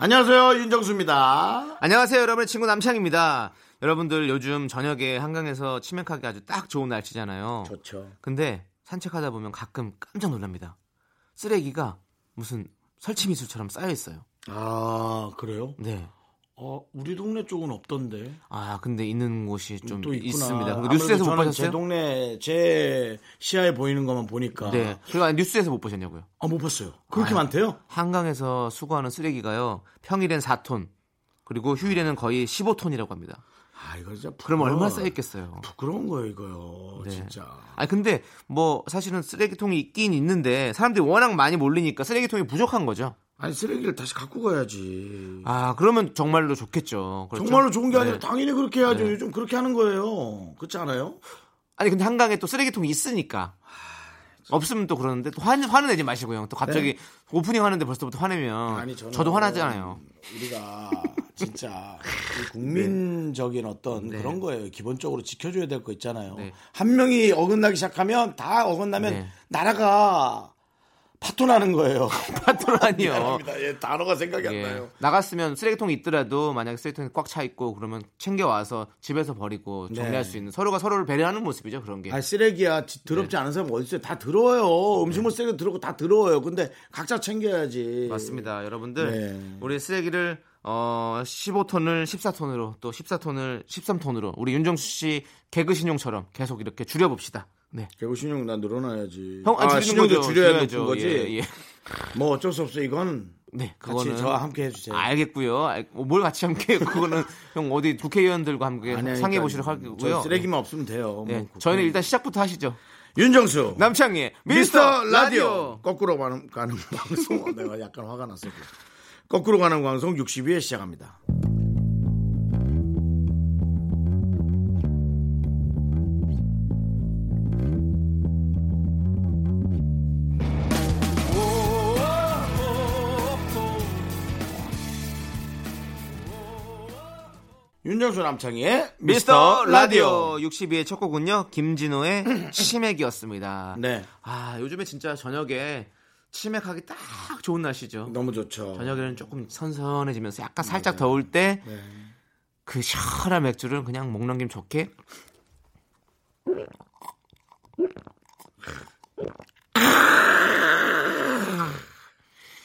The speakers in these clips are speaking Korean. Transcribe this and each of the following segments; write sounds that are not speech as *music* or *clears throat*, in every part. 안녕하세요 윤정수입니다. 안녕하세요, 여러분의 친구 남창입니다. 여러분들 요즘 저녁에 한강에서 치맥하기 아주 딱 좋은 날씨잖아요. 좋죠. 근데 산책하다 보면 가끔 깜짝 놀랍니다. 쓰레기가 무슨 설치미술처럼 쌓여 있어요. 아 그래요? 네. 어 우리 동네 쪽은 없던데. 아, 근데 있는 곳이 좀 또 있구나. 음, 있습니다. 근데 아무래도 뉴스에서 못 저는 제 보셨어요? 동네 제 시야에 보이는 것만 보니까 네. 그거 뉴스에서 못 보셨냐고요. 아 못 봤어요. 그렇게 아. 많대요? 한강에서 수거하는 쓰레기가요. 평일엔 4톤, 그리고 휴일에는 거의 15톤이라고 합니다. 아 이거 진짜 그럼 부끄러워. 얼마나 쌓였겠어요? 부끄러운 거예요 이거요. 네. 진짜. 아 근데 뭐 사실은 쓰레기통이 있긴 있는데 사람들이 워낙 많이 몰리니까 쓰레기통이 부족한 거죠. 아니 쓰레기를 다시 갖고 가야지. 아 그러면 정말로 좋겠죠. 그렇죠? 정말로 좋은 게 네. 아니라 당연히 그렇게 해야죠. 요즘 그렇게 하는 거예요. 그렇지 않아요? 아니 근데 한강에 또 쓰레기통이 있으니까 없으면 또 그러는데 또 화는 화는 내지 마시고요. 또 갑자기 오프닝 하는데 벌써부터 화내면 네. 아니 저는 어, 뭐 저도 화나잖아요. 우리가 진짜 이 국민적인 어떤 그런 거예요. 기본적으로 지켜줘야 될 거 있잖아요. 네. 한 명이 어긋나기 시작하면 다 어긋나면 네. 나라가 파토 나는 *laughs* 거예요. *laughs* 파토라니요. 미안합니다. 예, 단어가 생각이 예. 안 나요. 나갔으면 쓰레기통이 있더라도 만약에 쓰레기통이 꽉 차 있고 그러면 챙겨 와서 집에서 버리고 정리할 네. 수 있는 서로가 서로를 배려하는 모습이죠 그런 게. 아 쓰레기야 지- 네. 더럽지 않은 사람 어디 있어요? 다 더러워요. 음식물 쓰레기 더럽고 다 더러워요. 근데 각자 챙겨야지. 맞습니다. 여러분들 예. 네. 우리 쓰레기를 어 15톤을 14톤으로 또 14톤을 13톤으로 우리 윤정수 씨 개그 신용처럼 계속 이렇게 줄여봅시다. 네. 개고 신용 나 늘어나야지. 형, 아니, 아, 줄이는 신용도 거죠. 줄여야 줄여야죠. 되는 거지. 예, 예. 뭐 어쩔 수 없어. 이건 네, 같이 그거는 저와 함께 해주세요. 알겠고요. 알- 뭘 같이 함께 해요? *laughs* 그거는 형 어디 국회의원들과 함께 아니, 아니, 상의해 그러니까 보시도록 저 하고요. 예. 쓰레기만 없으면 돼요. 네. 뭐, 저희는 그건- 일단 시작부터 하시죠. 윤정수 남창희의 미스터 라디오 거꾸로 가는, 가는 *laughs* 방송 어, 내가 약간 화가 났어. 거꾸로 가는 방송 60위에 시작합니다. 윤정수 남창희의 미스터 라디오 62의 첫 곡은요 *clears throat* 김진호의 치맥이었습니다. 네. 아 요즘에 진짜 저녁에 치맥하기 딱 좋은 날씨죠. 너무 좋죠. 저녁에는 조금 선선해지면서 약간 살짝 더울 때 네. 그 시원한 맥주를 그냥 목 넘김 좋게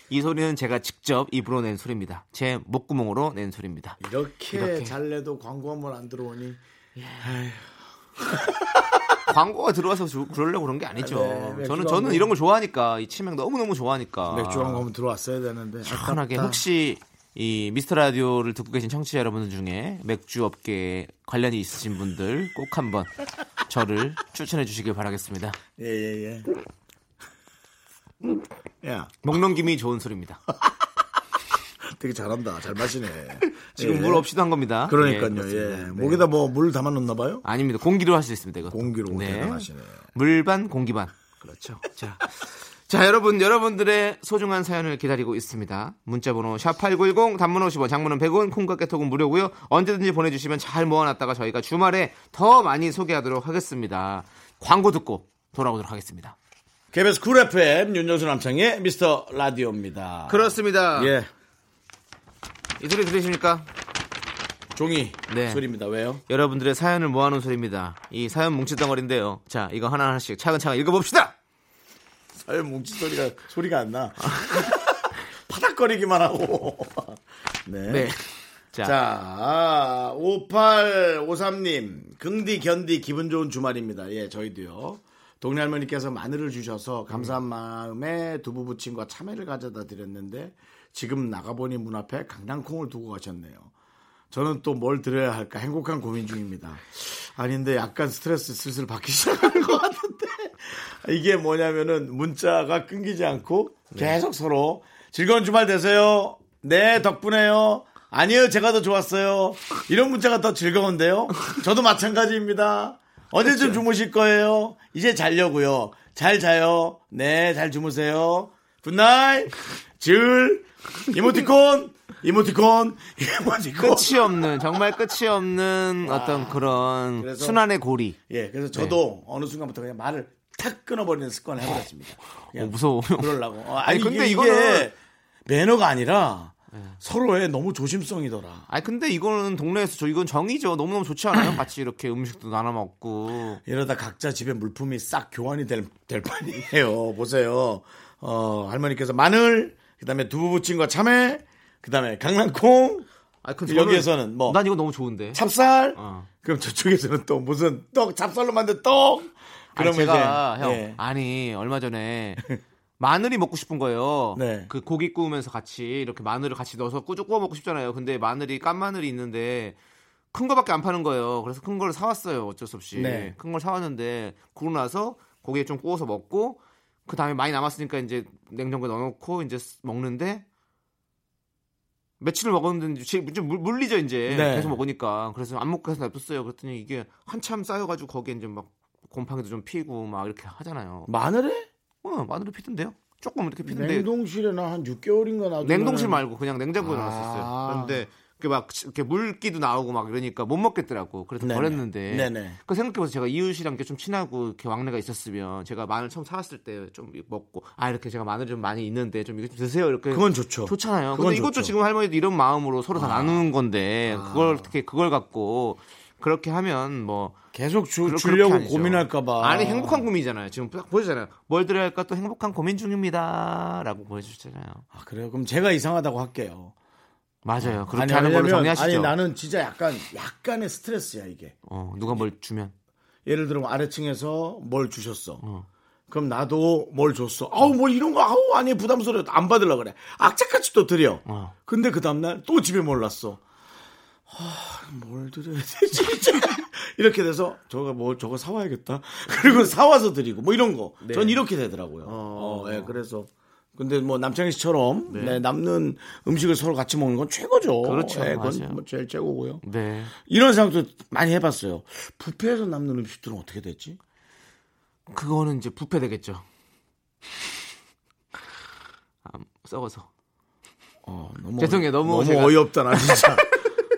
이 소리는 제가 직접 입으로 낸 소리입니다. 제 목구멍으로 낸 소리입니다. 이렇게, 이렇게. 잘 내도 광고 한 번 안 들어오니 광고가 들어와서 주- 그러려고 그런 게 아니죠. 네, 맥주가 저는 저는 뭐- 이런 걸 좋아하니까 이 치맥 너무 너무 좋아하니까 맥주 광고 한번 들어왔어야 되는데 편하게 아깝다. 혹시 이 미스터 라디오를 듣고 계신 청취자 여러분들 중에 맥주 업계에 관련이 있으신 분들 꼭 한번 저를 추천해 주시길 바라겠습니다. 예, 예, 음. 예. 야, 목넘김이 좋은 소리입니다. 되게 잘한다. 잘 마시네. *laughs* 지금 예. 물 없이도 한 겁니다. 그러니까요. 예, 그렇습니다. 네. 목에다 뭐 물 담아 놓나 봐요? 아닙니다. 공기로 할 수 있습니다. 이것도. 공기로 대단하시네. 물반 공기반. 그렇죠. 자. 자, 여러분, 여러분들의 소중한 사연을 기다리고 있습니다. 문자번호 샵8910 단문 50원, 장문은 100원, 콩과 깨톡은 무료고요. 언제든지 보내주시면 잘 모아놨다가 저희가 주말에 더 많이 소개하도록 하겠습니다. 광고 듣고 돌아오도록 하겠습니다. KBS 쿨 FM 윤정수 남창의 미스터 라디오입니다. 그렇습니다. 예, 이 소리 들리십니까? 종이 네. 소리입니다. 왜요? 여러분들의 사연을 모아놓은 소리입니다. 이 사연 뭉칫덩어리인데요. 자, 이거 하나하나씩 차근차근 읽어봅시다! 사연 뭉치 소리가 소리가 안 나. *laughs* 파닥거리기만 하고. *laughs* 네. 네. 자, 자, 5853님, 긍디 견디 기분 좋은 주말입니다. 예, 저희도요. 동네 할머니께서 마늘을 주셔서 감사한 마음에 두부 부침과 참외를 가져다 드렸는데 지금 나가보니 문 앞에 강낭콩을 두고 가셨네요. 저는 또 뭘 드려야 할까 행복한 고민 중입니다. 아닌데 약간 스트레스 슬슬 받기 시작하는 것 같은데 이게 뭐냐면은 문자가 끊기지 않고 계속 서로 즐거운 주말 되세요. 네, 덕분에요. 아니요, 제가 더 좋았어요. 이런 문자가 더 즐거운데요. 저도 마찬가지입니다. 언제쯤 주무실 거예요? 이제 자려고요. 잘 자요. 네, 잘 주무세요. 굿나잇. 줄 이모티콘 이모티콘 이모티콘 끝이 없는 정말 끝이 없는 어떤 그런 아, 그래서- 순환의 고리. 어, 예, 그래서 저도 어느 순간부터 그냥 말을 탁 끊어버리는 습관을 해버렸습니다. 어, 무서워. 예. 그러려고. 어, *laughs* 아니, 아니, 근데 근데 이게, 이거는- 네. 매너가 아니라 서로의 너무 *laughs* 조심성이더라. 아니 근데 이거는 동네에서 저 이건 정이죠. 너무너무 좋지 않아요? 같이 이렇게 음식도 나눠 먹고. 이러다 각자 집에 물품이 싹 교환이 될, 될 판이에요. *laughs* 보세요. 어, 할머니께서 마늘, 그 다음에 두부부침과 참외, 그 다음에 강낭콩, 아 여기에서는 뭐. 난 이거 너무 좋은데. 찹쌀, 어. 그럼 저쪽에서는 또 무슨 떡, 찹쌀로 만든 떡! 아니, 제가 이제, 형 예. 아니 얼마 전에 마늘이 먹고 싶은 거예요. 네. 그 고기 구우면서 같이 이렇게 마늘을 같이 넣어서 꾸준 구워 먹고 싶잖아요. 근데 마늘이 깐 마늘이 있는데 큰 거밖에 안 파는 거예요. 그래서 큰 걸 사왔어요. 어쩔 수 없이 네. 큰 걸 사왔는데 구우고 나서 고기에 좀 구워서 먹고 그 다음에 많이 남았으니까 이제 냉장고에 넣어놓고 이제 쓰- 먹는데 며칠을 먹었는데 지- 좀 물- 물리죠 이제 네. 계속 먹으니까 그래서 안 먹고 해서 놔뒀어요. 그랬더니 이게 한참 쌓여가지고 거기에 이제 막 곰팡이도 좀 피고 막 이렇게 하잖아요. 마늘에? 어, 마늘이 피던데요? 조금 이렇게 피던데 냉동실에 나 한 6개월인가 놔두면 냉동실 말고 그냥 냉장고에 아. 넣었었어요. 그런데 그게 막 이렇게 물기도 나오고 막 이러니까 못 먹겠더라고. 그래서 네네. 버렸는데. 네네. 그 생각해보세요. 제가 이웃이랑 이렇게 좀 친하고 이렇게 왕래가 있었으면 제가 마늘 처음 사왔을 때 좀 먹고 아 이렇게 제가 마늘 좀 많이 있는데 좀 이거 좀 드세요 이렇게 그건 좋죠. 좋잖아요. 그건 근데 이것도 좋죠. 아. 지금 할머니도 이런 마음으로 서로 다 나누는 건데 그걸 어떻게 그걸 갖고 그렇게 하면 뭐 계속 주, 그렇- 주려고 그렇게 아니죠. 고민할까봐. 아니 행복한 고민이잖아요. 지금 딱 보여주잖아요. 뭘 드려야 할까 또 행복한 고민 중입니다라고 보여주잖아요. 아, 그래요? 그럼 제가 이상하다고 할게요. 맞아요. 그렇게 아니, 하는 걸로 왜냐면- 정리하시죠. 아니, 나는 진짜 약간, 약간의 스트레스야, 이게. 어, 누가 뭘 주면 예를 들어 아래층에서 뭘 주셨어. 그럼 나도 뭘 줬어. 아우, 뭐 이런 거, 아우, 아니, 부담스러워. 안 받으려고 그래. 악착같이 또 드려. 어. 근데 그 다음날 또 집에 몰랐어. 뭘 드려야 되지? *laughs* 진짜. 이렇게 돼서 저거 뭐 저거 사와야겠다. *laughs* 그리고 사와서 드리고 뭐 이런 거. 네. 전 이렇게 되더라고요. 어, 예, 그래서 근데 뭐 남창희 씨처럼 네, 남는 음식을 서로 같이 먹는 건 최고죠. 그렇죠. 예, 그건 맞아요. 뭐 제일 최고고요. 네 이런 생각도 많이 해봤어요. 부페에서 남는 음식들은 어떻게 되지? 그거는 이제 부패 되겠죠. 아, 썩어서 어, 너무 죄송해요. 너무 너무 제가- 어이없다 나 *laughs* 진짜.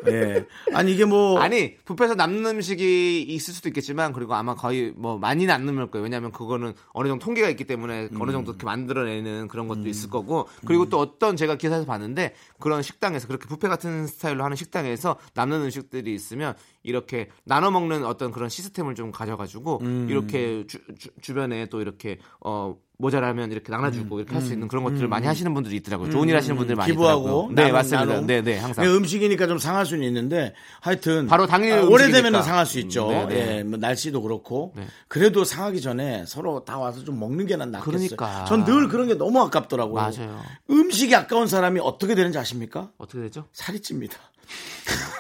예. 아니 이게 뭐 아니 부패에서 남는 음식이 있을 수도 있겠지만 그리고 아마 거의 뭐 많이는 안 남을 거예요. 왜냐하면 그거는 어느 정도 통계가 있기 때문에 어느 정도 음. 이렇게 만들어내는 그런 것도 있을 거고 그리고 또 어떤 제가 기사에서 봤는데 그런 식당에서 그렇게 부패 같은 스타일로 하는 식당에서 남는 음식들이 있으면 이렇게 나눠 먹는 어떤 그런 시스템을 좀 가져가지고 음. 이렇게 주, 변에또 이렇게 어 모자라면 이렇게 음. 나눠주고 이렇게 할 수 있는 그런 것들을 많이 하시는 분들이 있더라고요. 좋은 일 하시는 분들 많이 기부하고 있더라고요. 네 나눔, 맞습니다. 나눔. 네네 항상 그러니까 음식이니까 좀 상할 수는 있는데 하여튼 바로 당일 아, 음식이니까. 오래되면 상할 수 있죠. 음, 네, 네. 예, 뭐 날씨도 그렇고 네. 그래도 상하기 전에 서로 다 와서 좀 먹는 게 난 낫겠어요. 그러니까. 전 늘 그런 게 너무 아깝더라고요. 맞아요. 음식이 아까운 사람이 어떻게 되는지 아십니까? 어떻게 되죠? 살이 찝니다.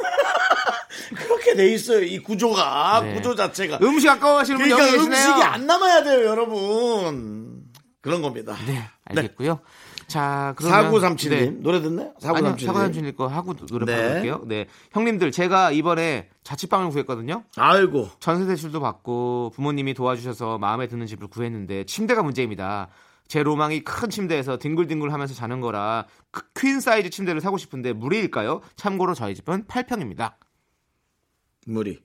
*laughs* 그렇게 돼 있어요. 이 구조가 네. 구조 자체가 음식 아까워하시는 분 그러니까 여기 계시네요. 음식이 안 남아야 돼요, 여러분. 그런 겁니다. 네, 알겠고요. 자, 그러면 4937님 네. 노래 듣나요? 아니요, 4937님. 사고삼칠님 거 하고 노래 네. 부를게요. 네, 형님들 제가 이번에 자취방을 구했거든요. 아이고. 전세 대출도 받고 부모님이 도와주셔서 마음에 드는 집을 구했는데 침대가 문제입니다. 제 로망이 큰 침대에서 뒹굴뒹굴하면서 자는 거라 크- 퀸 사이즈 침대를 사고 싶은데 무리일까요? 참고로 저희 집은 8평입니다. 무리.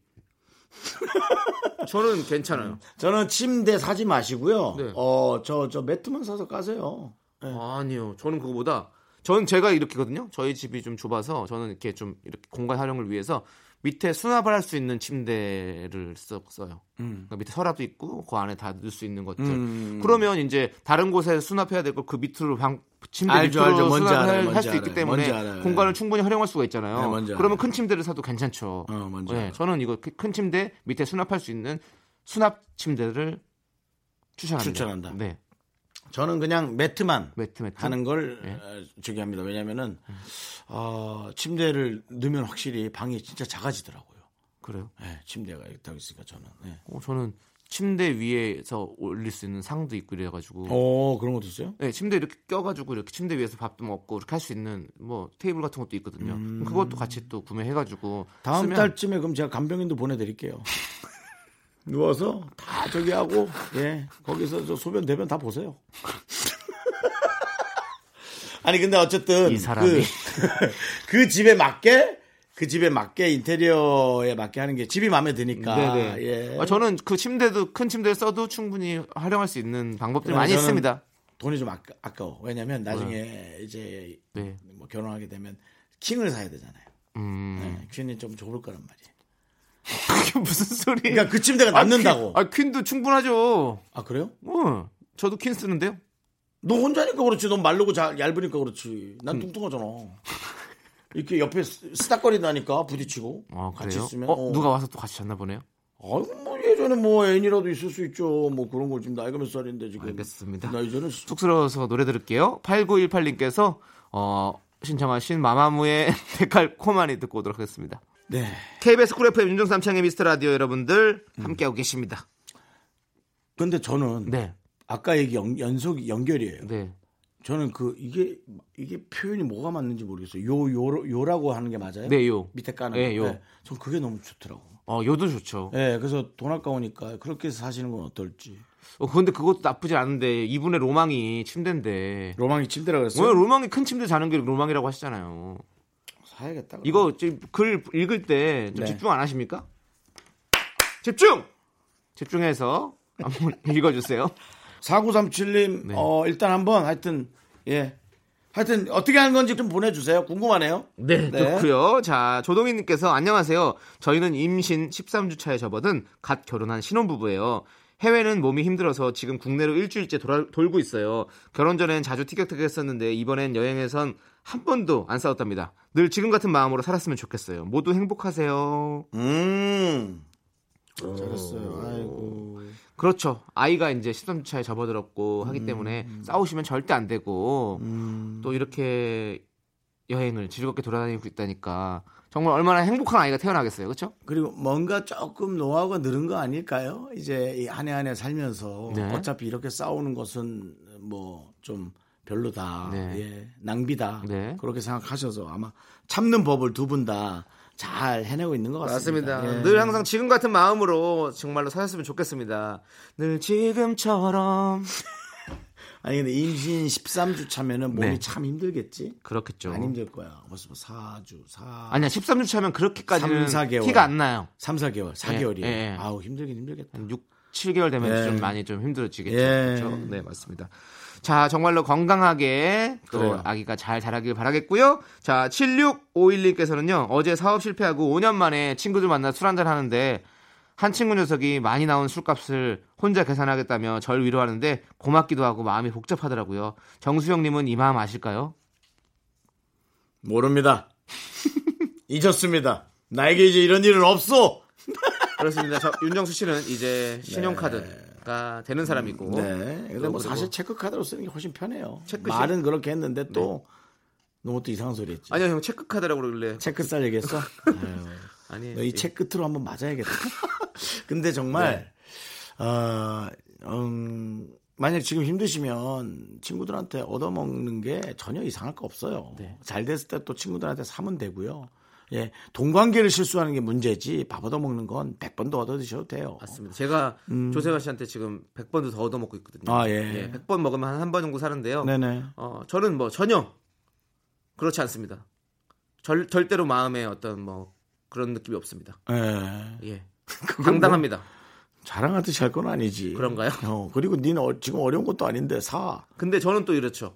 저는 괜찮아요. 저는 침대 사지 마시고요. 네. 어, 저, 저 매트만 사서 까세요. 아니요. 저는 그거보다 저는 제가 이렇게거든요. 저희 집이 좀 좁아서 저는 이렇게 좀 이렇게 공간 활용을 위해서 밑에 수납을 할 수 있는 침대를 써- 써요. 음. 그러니까 밑에 서랍도 있고 그 안에 다 넣을 수 있는 것들. 음, 그러면 이제 다른 곳에 수납해야 될 걸 그 밑으로 방 침대 알죠, 밑으로 알죠. 뭔지 수납을 알아요, 할 뭔지 수 있기 알아요, 뭔지 때문에 알아요. 공간을 충분히 활용할 수가 있잖아요. 네, 뭔지 그러면 알아요. 큰 침대를 사도 괜찮죠. 어, 뭔지 네, 알아요. 저는 이거 큰 침대 밑에 수납할 수 있는 수납 침대를 추천합니다. 추천한다. 네, 저는 그냥 매트만 매트 매트. 하는 걸 네. 어, 저기 합니다. 왜냐면은, 음. 어, 침대를 넣으면 확실히 방이 진짜 작아지더라고요. 그래요. 예, 침대가 있다고 있으니까 저는. 예. 어, 저는 침대 위에서 올릴 수 있는 상도 있고 이래가지고 어 그런 것도 있어요? 네, 침대 이렇게 껴가지고 이렇게 침대 위에서 밥도 먹고 이렇게 할 수 있는 뭐 테이블 같은 것도 있거든요. 그것도 같이 또 구매해가지고 다음 쓰면 달쯤에 그럼 제가 간병인도 보내드릴게요. *laughs* 누워서 다 저기 하고 예 거기서 저 소변 대변 다 보세요. *laughs* 아니 근데 어쨌든 이 사람이. 그, *laughs* 그 집에 맞게 그 집에 맞게 인테리어에 맞게 하는 게 집이 마음에 드니까 네네. 예. 아, 저는 그 침대도 큰 침대를 써도 충분히 활용할 수 있는 방법들이 많이 저는 있습니다. 돈이 좀 아까, 아까워. 왜냐면 나중에 이제 네. 뭐 결혼하게 되면 킹을 사야 되잖아요. 음. 네, 퀸이 좀 좁을 거란 말이에요. 그게 무슨 소리? 그러니까 그 침대가 남는다고. 아, 퀸도 충분하죠. 아 그래요? 응. 저도 퀸 쓰는데요. 너 혼자니까 그렇지. 넌 말르고 잘 얇으니까 그렇지. 난 뚱뚱하잖아. 이렇게 옆에 스- 스닥거린다니까 부딪히고 아, 같이 그래요? 있으면 어, 어. 누가 와서 또 같이 잤나 보네요. 아유 뭐 예전에 뭐 애인이라도 있을 수 있죠 뭐 그런 걸 지금 나이가 몇 살인데 지금 알겠습니다. 나 이제는 수- 쑥스러워서 노래 들을게요. 8918님께서 어, 신청하신 마마무의 *laughs* 데칼코마니 듣고 오도록 하겠습니다. 네 KBS 쿨 FM 윤종삼창의 미스터 라디오 여러분들 함께하고 계십니다. 근데 저는 음. 네. 아까 얘기 연, 연속 연결이에요 네. 저는 그 이게 이게 표현이 뭐가 맞는지 모르겠어요 요 요 요라고 하는 게 맞아요 네, 요. 밑에 까는 네. 예, 요. 전 그게 너무 좋더라고 어, 요도 좋죠. 예 그래서 돈 아까우니까 그렇게 해서 사시는 건 어떨지 어, 근데 그것도 나쁘지 않은데 이분의 로망이 침대인데. 네. 로망이 침대라 그랬어요 오늘 로망이 큰 침대 자는 게 로망이라고 하시잖아요. 사야겠다 그럼. 이거 지금 글 읽을 때좀 네. 집중 안 하십니까? 집중! 집중해서 한번 *laughs* 읽어주세요. 4937님, 네. 어, 일단 한번 하여튼, 예. 하여튼 어떻게 하는 건지 좀 보내주세요. 궁금하네요. 네, 좋고요. 자, 조동희님께서 안녕하세요. 저희는 임신 13주 차에 접어든 갓 결혼한 신혼부부예요. 해외는 몸이 힘들어서 지금 국내로 일주일째 돌아, 돌고 있어요. 결혼 전엔 자주 티격태격했었는데 이번엔 여행에선 한 번도 안 싸웠답니다. 늘 지금 같은 마음으로 살았으면 좋겠어요. 모두 행복하세요. 음. 잘했어요. 아이고. 그렇죠. 아이가 이제 13주 차에 접어들었고 하기 때문에 싸우시면 절대 안 되고 음. 또 이렇게 여행을 즐겁게 돌아다니고 있다니까 정말 얼마나 행복한 아이가 태어나겠어요. 그렇죠? 그리고 뭔가 조금 노하우가 늘은 거 아닐까요? 이제 이 한 해 한 해 살면서 네. 어차피 이렇게 싸우는 것은 뭐 좀 별로다. 네. 예. 낭비다. 네. 그렇게 생각하셔서 아마 참는 법을 두 분 다 잘 해내고 있는 것 같습니다. 맞습니다. 예. 늘 항상 지금 같은 마음으로 정말로 사셨으면 좋겠습니다. 늘 지금처럼 아니 근데 임신 13주 차면은 몸이 네. 참 힘들겠지? 그렇겠죠. 안 힘들 거야. 벌써 뭐 4주, 4. 아니야 13주 차면 그렇게까지는 삼, 사 개월. 티가 안 나요. 3, 4개월, 4개월이에요. 예, 예. 아우, 힘들긴 힘들겠다. 한 6, 7개월 되면 예. 좀 많이 좀 힘들어지겠죠. 예. 그렇죠? 네, 맞습니다. 자, 정말로 건강하게 또 그래요. 아기가 잘 자라길 바라겠고요. 자, 7651님께서는요. 어제 사업 실패하고 5년 만에 친구들 만나 술 한잔 하는데 한 친구 녀석이 많이 나온 술값을 혼자 계산하겠다며 절 위로하는데 고맙기도 하고 마음이 복잡하더라고요. 정수영님은 이 마음 아실까요? 모릅니다. *laughs* 잊었습니다. 나에게 이제 이런 일은 없어! 그렇습니다. 윤정수 씨는 이제 신용카드가 되는 사람이고 네. 근데 어? 그리고- 뭐 사실 체크카드로 쓰는 게 훨씬 편해요. 체크시- 네. 말은 그렇게 했는데 또 너무 또 이상한 소리 했지. 아니요, 형 체크카드라고 그러길래 체크살 얘기했어? *laughs* 네. 아니 예. 너 이 책 끝으로 한번 *laughs* 맞아야겠다. 근데 정말, 네. 어, 음, 만약 지금 힘드시면 친구들한테 얻어먹는 게 전혀 이상할 거 없어요. 네. 잘 됐을 때 또 친구들한테 사면 되고요. 예, 돈 관계를 실수하는 게 문제지 밥 얻어먹는 건 100번도 얻어드셔도 돼요. 맞습니다. 제가 조세화 씨한테 지금 100번도 더 얻어먹고 있거든요. 음. 아, 예. 100번 먹으면 한 한 번 정도 사는데요. 네네. 어, 저는 뭐 전혀 그렇지 않습니다. 절, 절대로 마음에 어떤 뭐 그런 느낌이 없습니다. 예. *laughs* 예. 당당합니다. 자랑하듯이 할 건 아니지. 그런가요? 어, 그리고 니는 어- 지금 어려운 것도 아닌데 사. 근데 저는 또 이렇죠.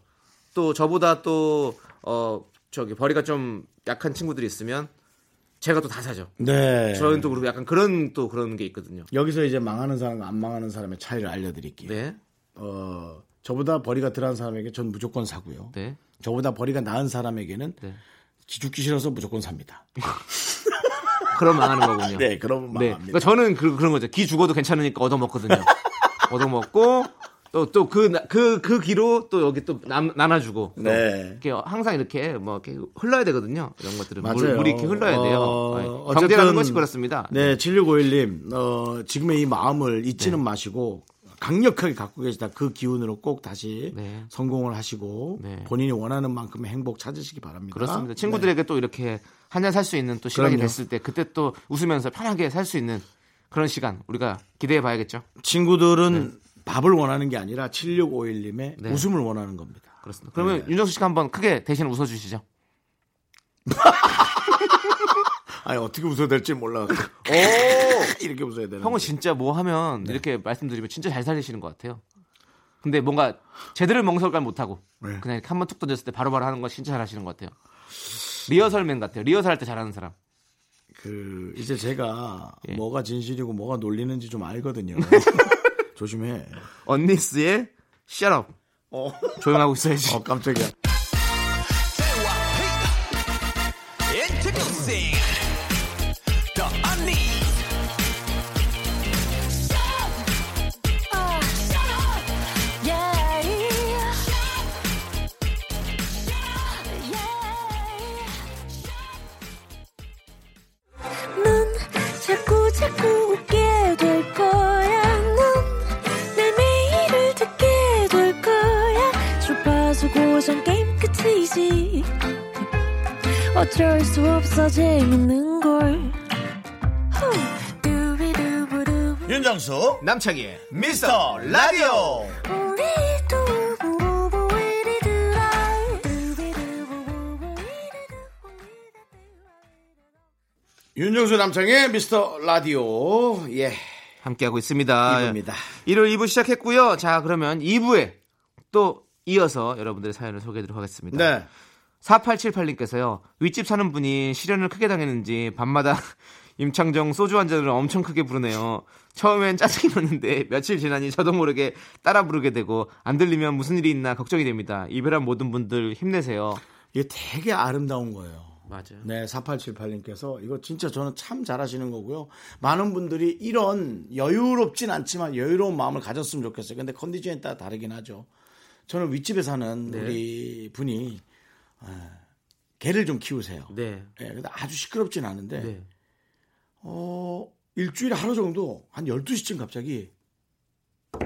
또 저보다 또 어, 저기 벌이가 좀 약한 친구들이 있으면 제가 또 다 사죠. 네. 저는 또 그리고 약간 그런 또 그런 게 있거든요. 여기서 이제 망하는 사람과 안 망하는 사람의 차이를 알려드릴게요. 네. 어, 저보다 벌이가 덜한 사람에게 전 무조건 사고요. 네. 저보다 벌이가 나은 사람에게는 네. 죽기 싫어서 무조건 삽니다. 그런 망하는 거군요. 네, 그러면 네. 망합니다. 그러니까 *laughs* 저는 그, 런 거죠. 기 죽어도 괜찮으니까 얻어먹거든요. 얻어먹고 또 또 그 그 그 귀로 또 여기 또 남, 나눠주고 또 네. 이렇게 항상 이렇게 뭐 이렇게 흘러야 되거든요. 이런 것들은 네, 물, 맞아요. 물이 이렇게 흘러야 돼요. 어, 네. 경제라는 어쨌든 것이 그렇습니다. 네, 7651님, 어, 지금의 이 마음을 잊지는 네. 마시고 강력하게 갖고 계시다 그 기운으로 꼭 다시 네. 성공을 하시고 네. 본인이 원하는 만큼의 행복 찾으시기 바랍니다. 네. 그렇습니다. 친구들에게 또 이렇게 한 잔 살 수 있는 또 시간이 아, 그럼요. 됐을 때 그때 또 웃으면서 편하게 살 수 있는 그런 시간 우리가 기대해 봐야겠죠. 네. 친구들은 밥을 원하는 게 아니라 7651님의 네. 웃음을 원하는 겁니다. 네. 그렇습니다. 그러면 윤정수 씨가 한번 크게 대신 웃어 주시죠. 아니, 어떻게 웃어야 될지 몰라. *laughs* 오! *laughs* 이렇게 웃어야 되는. 형은 진짜 뭐 하면 이렇게 말씀드리면 진짜 잘 살리시는 것 같아요. 근데 뭔가 제대로 멍설감 못 하고 네. 그냥 이렇게 한번 툭 던졌을 때 바로바로 하는 거 진짜 잘하시는 것 같아요. 리허설맨 같아요. 리허설 할 때 잘하는 사람. 그 이제 제가 예. 뭐가 진실이고 뭐가 놀리는지 *laughs* 좀 알거든요. 조심해. 언니스의 셔럽 어, 조용하고 있어야지. 어 깜짝이야. 예, Introducing the Anis. 넌 자꾸 자꾸 웃게 될 거야. 넌내 매일을 듣게 될 거야. 주파수 고정 게임 끝이지. 어쩔 수 없어 재밌는 걸. 후. 두비두부두. 윤정수 남창희의 미스터 라디오 우리 두부부부 우리들아. 두비두부부부 우리들아. 윤정수 남창희의 미스터 라디오 예 함께하고 있습니다. 이부입니다. 일요일 2부 시작했고요. 자, 그러면 2부에 또 이어서 여러분들의 사연을 소개해드리도록 하겠습니다. 네. 4878님께서요. 윗집 사는 분이 시련을 크게 당했는지 밤마다 *laughs* 임창정 소주 한 잔을 엄청 크게 부르네요. 처음엔 짜증이 났는데 며칠 지나니 저도 모르게 따라 부르게 되고 안 들리면 무슨 일이 있나 걱정이 됩니다. 이별한 모든 분들 힘내세요. 이게 되게 아름다운 거예요. 맞아요. 네, 4878님께서 이거 진짜 저는 참 잘하시는 거고요. 많은 분들이 이런 여유롭진 않지만 여유로운 마음을 가졌으면 좋겠어요. 근데 컨디션에 따라 다르긴 하죠. 저는 윗집에 사는 우리 분이 아, 개를 좀 키우세요. 네. 예, 근데 아주 시끄럽진 않은데 네. 어, 일주일에 하루 정도 한 12시쯤 갑자기 그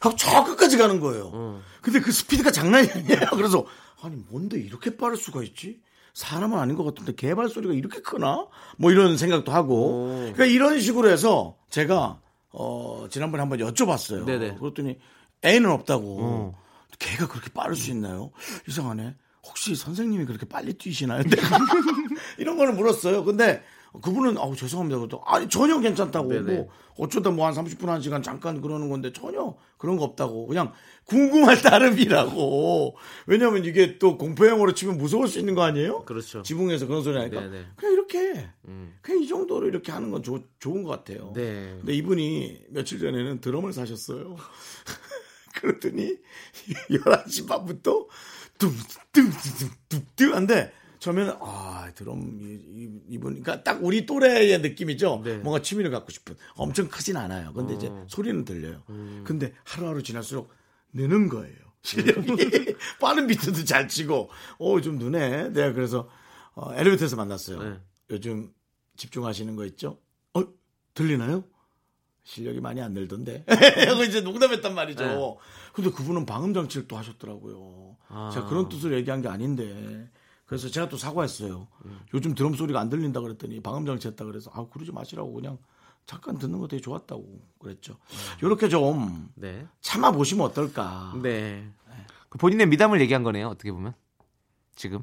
하고 저 끝까지 가는 거예요. 어. 근데 그 스피드가 장난이 아니에요. *laughs* 그래서 아니 뭔데 이렇게 빠를 수가 있지? 사람은 아닌 것 같은데 개발 소리가 이렇게 크나? 뭐 이런 생각도 하고. 어. 그러니까 이런 식으로 해서 제가 어 지난번에 한번 여쭤봤어요. 네네. 그랬더니 애는 없다고. 어. 개가 그렇게 빠를 수 있나요? 이상하네. 혹시 선생님이 그렇게 빨리 뛰시나요? 내가 *laughs* 이런 거는 물었어요. 근데 그분은 아우 죄송합니다. 그것도 아니 전혀 괜찮다고 네, 뭐 어쩌다 뭐 한 30분 한 시간 잠깐 그러는 건데 전혀 그런 거 없다고 그냥 궁금할 따름이라고. 왜냐면 이게 또 공포 영화로 치면 무서울 수 있는 거 아니에요? 그렇죠. 지붕에서 그런 소리 하니까 네네. 음. 그냥 이렇게 그냥 이 정도로 이렇게 하는 건 좋- 좋은 것 같아요. 네. 근데 이분이 며칠 전에는 드럼을 사셨어요. *laughs* 그러더니 11시 반부터 뚝뚝뚝뚝뚝 한데 처음에는 아 드럼 이- 이- 이분 그러니까 딱 우리 또래의 느낌이죠. 뭔가 취미를 갖고 싶은 엄청 크진 않아요. 근데 이제 소리는 들려요. 근데 하루하루 지날수록 느는 거예요. *laughs* 실력이 빠른 비트도 잘 치고 어좀 누네. 내가 그래서 어, 엘리베이터에서 만났어요. 네. 요즘 집중하시는 거 있죠? 어 들리나요? 실력이 많이 안 늘던데. 하고 *laughs* 이제 농담했단 말이죠. 네. 근데 그분은 방음 장치를 또 하셨더라고요. 아. 제가 그런 뜻으로 얘기한 게 아닌데. 그래서 제가 또 사과했어요. 요즘 드럼 소리가 안 들린다 그랬더니 방음 장치 했다 그래서 아 그러지 마시라고 그냥 잠깐 듣는 거 되게 좋았다고 그랬죠. 요렇게 좀 네. 참아 보시면 어떨까. 네. 그 본인의 미담을 얘기한 거네요. 어떻게 보면 지금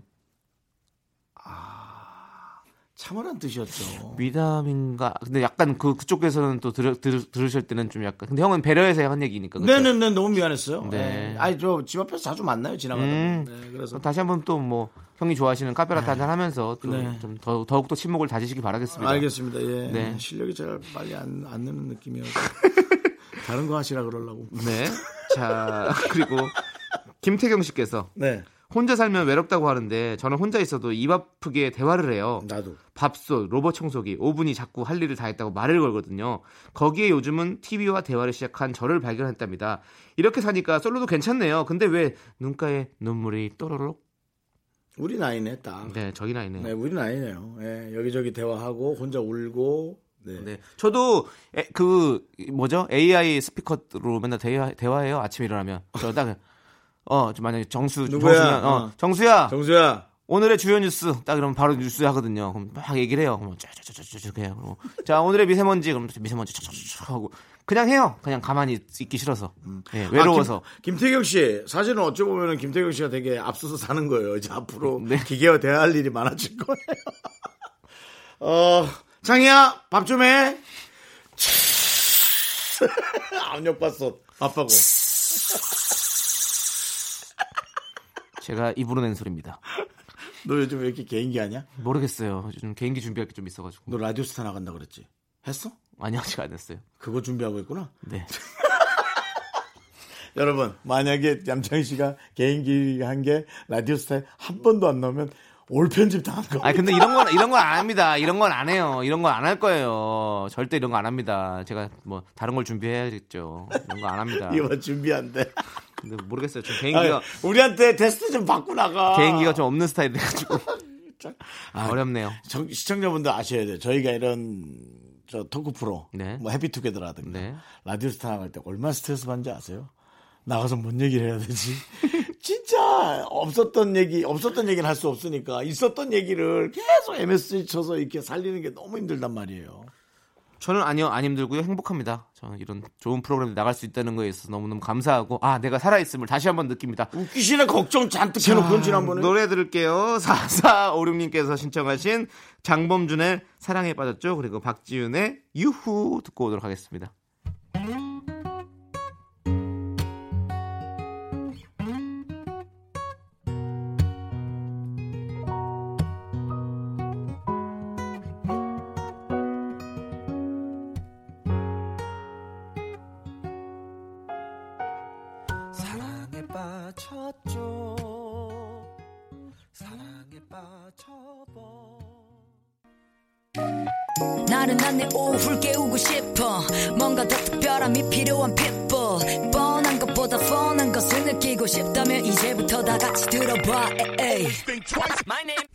참으란 뜻이었죠. 미담인가? 근데 약간 그 그쪽에서는 또 들으, 들으, 실 때는 좀 약간 근데 형은 배려해서 한 얘기니까. 그렇죠? 네네네 너무 미안했어요. 네. 네. 아니 저 집 앞에서 자주 만나요 지나가다. 음. 음. 네, 그래서 다시 한번 또 뭐 형이 좋아하시는 카페라떼 한잔 하면서 좀, 네. 좀 더, 더욱더 침묵을 다지시기 바라겠습니다. 알겠습니다. 예. 네. 실력이 잘 빨리 안, 안 느는 *laughs* 느낌이어서. 다른 거 하시라 그러려고. *laughs* 네. 자, 그리고 김태경 씨께서 네. 혼자 살면 외롭다고 하는데 저는 혼자 있어도 입 아프게 대화를 해요. 어, 나도. 밥솥, 로봇 청소기, 오븐이 자꾸 할 일을 다 했다고 말을 걸거든요. 거기에 요즘은 TV와 대화를 시작한 저를 발견했답니다. 이렇게 사니까 솔로도 괜찮네요. 근데 왜 눈가에 눈물이 또로록? 우리 나이네 딱. 네. 네, 저기 나이네요. 우리 나이네요. 예, 여기저기 대화하고 혼자 울고. 네. 네. 저도 에, 그 뭐죠? AI 스피커로 맨날 대화, 대화해요. 아침에 일어나면. 저딱어 만약에 정수 누구야? 정수야, 어, 어. 정수야 정수야. 아, 오늘의 주요 뉴스 딱 이러면 바로 뉴스 하거든요. 그럼 막 얘기를 해요. 그럼 쫙쫙쫙쫙 해요. 그리고 자 오늘의 미세먼지 그럼 미세먼지 쫙쫙쫙 하고 그냥 해요. 그냥 가만히 있- 있기 싫어서 예, 외로워서 음. 아, 김, 태경 씨 사실은 어찌 보면은 김태경 씨가 되게 앞서서 사는 거예요. 이제 *laughs* 앞으로 네. 기계와 대화할 일이 많아질 거예요. *laughs* 어, 창희야 밥 좀 해. *laughs* 압력 봤어. 밥하고. 제가 입으로 낸 소리입니다. 너 요즘 왜 이렇게 개인기 하냐? 모르겠어요. 요즘 개인기 준비할 게 좀 있어가지고 너 라디오스타 나간다 그랬지? 했어? 아니 아직 안 했어요. 그거 준비하고 있구나. 네. *laughs* 여러분 만약에 얌창희 씨가 개인기 한 게 라디오스타에 한 번도 안 나오면 올 편집 당한 거. 아 근데 이런 건 이런 건 안 합니다. 이런 건 안 해요. 이런 건 안 할 거예요. 절대 이런 거 안 합니다. 제가 뭐 다른 걸 준비해야겠죠. 이런 거 안 합니다. 이거 준비한대. 근데 모르겠어요. 저 아, 개인기가 우리한테 테스트 좀 받고 나가. 개인기가 좀 없는 스타일이 가지고 아, 어렵네요. 정- 시청자분들 아셔야 돼요. 저희가 이런 저 토크 프로, 네. 뭐 해피투게더라든가 네. 라디오스타 나갈 때 얼마나 스트레스 받는지 아세요? 나가서 뭔 얘기를 *laughs* 해야 되지? 진짜 없었던 얘기, 없었던 얘기는 할 수 없으니까 있었던 얘기를 계속 MSG 쳐서 이렇게 살리는 게 너무 힘들단 말이에요. 저는 아니요 안 힘들고요 행복합니다. 저는 이런 좋은 프로그램에 나갈 수 있다는 거에 있어서 너무너무 감사하고 아 내가 살아있음을 다시 한번 느낍니다. 웃기시네 걱정 잔뜩 해놓고 지난번에 노래 들을게요. *laughs* 4456님께서 신청하신 장범준의 사랑에 빠졌죠. 그리고 박지윤의 유후 듣고 오도록 하겠습니다. 사랑에 빠졌죠 사랑에 빠져버 나른한 내 오후를 깨우고 싶어 뭔가 더 특별함이 필요한 people 뻔한 것보다 뻔한 것을 느끼고 싶다면 이제부터 다 같이 들어봐 에이.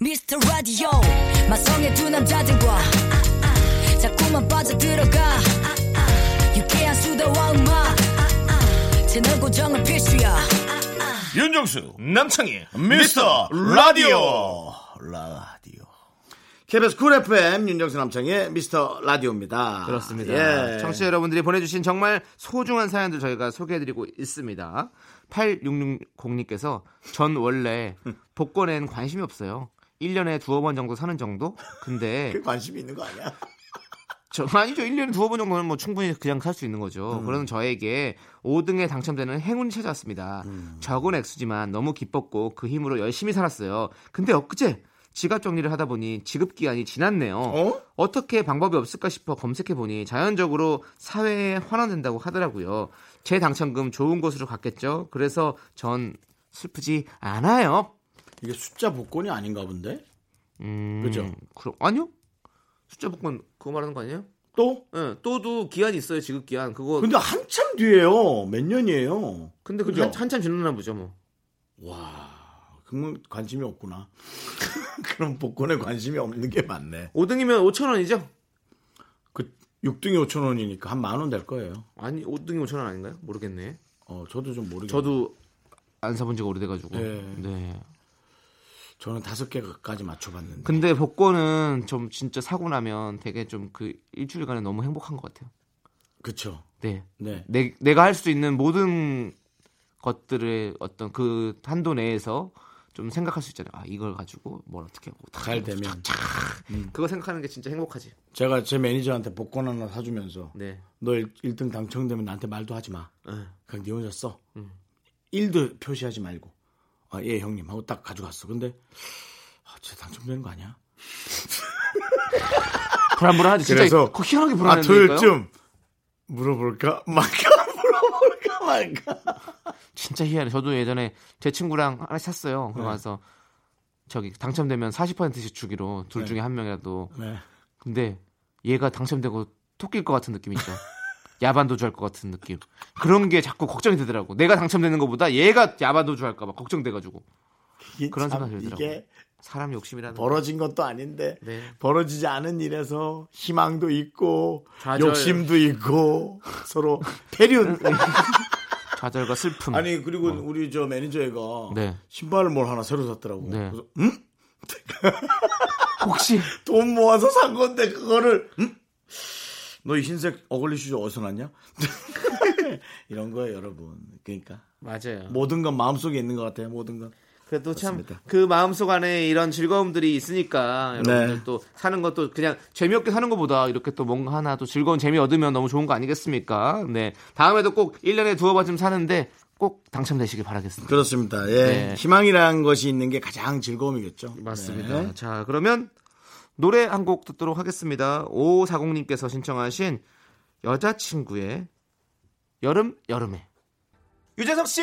Mr. Radio 마성의 두 남자들과 자꾸만 빠져들어가 유쾌한 수다와 음악 채널 고정은 필수야 윤정수 남창희 미스터 라디오 라디오 KBS 쿨 FM 윤정수 남창희 미스터 라디오입니다. 그렇습니다. 예. 청취자 여러분들이 보내주신 정말 소중한 사연들 저희가 소개해드리고 있습니다. 8660님께서 전 원래 복권엔 관심이 없어요. 1년에 두어 번 정도 사는 정도? 근데 *laughs* 그게 관심이 있는 거 아니야? 저, 아니죠. 1년에 두어 번 정도는 뭐 충분히 그냥 살 수 있는 거죠. 음. 그런 저에게 5등에 당첨되는 행운이 찾아왔습니다. 음. 적은 액수지만 너무 기뻤고 그 힘으로 열심히 살았어요. 근데 엊그제 지갑 정리를 하다 보니 지급 기한이 지났네요. 어? 어떻게 방법이 없을까 싶어 검색해 보니 자연적으로 사회에 환원된다고 하더라고요. 제 당첨금 좋은 곳으로 갔겠죠. 그래서 전 슬프지 않아요. 이게 숫자 복권이 아닌가 본데? 음, 그죠? 그럼 아니요. 숫자 복권 그거 말하는 거 아니에요? 또? 예, 또도 기한이 있어요. 지급 기한. 그거 근데 한참 뒤에요. 몇 년이에요? 근데 그 그죠? 한, 한참 지났나 보죠 뭐. 그러면 관심이 없구나. *laughs* 그럼 복권에 관심이 없는 게 맞네. 5등이면 5천 원이죠? 그 6등이 5천 원이니까 한 만 원 될 거예요. 아니 5등이 5천 원 아닌가요? 모르겠네. 어, 저도 좀 모르겠어요. 저도 안 사본 지가 오래돼가지고. 네. 네. 저는 다섯 개까지 맞춰봤는데. 근데 복권은 좀 진짜 사고 나면 되게 좀 그 일주일간은 너무 행복한 것 같아요. 그쵸. 네. 네. 내, 내가 할 수 있는 모든 것들의 어떤 그 한도 내에서 좀 생각할 수 있잖아요. 아 이걸 가지고 뭘 어떻게 하고 다 잘 되면. 음. 그거 생각하는 게 진짜 행복하지. 제가 제 매니저한테 복권 하나 사주면서 네. 너 1, 등 당첨되면 나한테 말도 하지 마. 네. 그냥 네 혼자 써. 음. 일 1도 표시하지 말고. 아, 예, 형님 하고 딱 가져갔어. 근데 아, 진짜 당첨되는 거 아니야? 불안불안하지. 진짜 그래서 그 희한하게 아, 불안해요. *laughs* 토요일쯤 물어볼까? 막 물어볼까? my god. 진짜 희한해. 저도 예전에 제 친구랑 하나 샀어요. 네. 그러고 나서 저기 당첨되면 40%씩 주기로 둘 중에 한 명이라도. 네. 근데 얘가 당첨되고 토끼일 것 같은 느낌 *laughs* 있죠. 야반도주할 것 같은 느낌. 그런 게 자꾸 걱정이 되더라고. 내가 당첨되는 것보다 얘가 야반도주할까봐 걱정돼가지고. 이게 그런 참 생각이 들더라고요. 이게 사람 욕심이라는 거. 벌어진 것도 아닌데 네. 벌어지지 않은 일에서 희망도 있고 좌절. 네. 욕심도 있고 서로 대륜. 좌절과 슬픔. *laughs* 아니 그리고 우리 저 매니저애가 네. 신발을 뭘 하나 새로 샀더라고. 네. 그래서 음? *laughs* 혹시 돈 모아서 산 건데 그거를 음? 너이 흰색 어글리 슈즈 어디서 났냐? *laughs* 이런 거예요 여러분. 그러니까 맞아요. 모든 건 마음속에 있는 것 같아요. 모든 건. 그래도 참 그렇습니다. 그 마음속 안에 이런 즐거움들이 있으니까 여러분들 네. 또 사는 것도 그냥 재미없게 사는 것보다 이렇게 또 뭔가 하나 또 즐거운 재미 얻으면 너무 좋은 거 아니겠습니까? 네. 다음에도 꼭 1년에 두어 번쯤 사는데 꼭 당첨되시길 바라겠습니다. 그렇습니다. 예. 네. 희망이라는 것이 있는 게 가장 즐거움이겠죠. 맞습니다. 네. 자, 그러면 노래 한 곡 듣도록 하겠습니다. 5540님께서 신청하신 여자친구의 여름 여름에 유재석 씨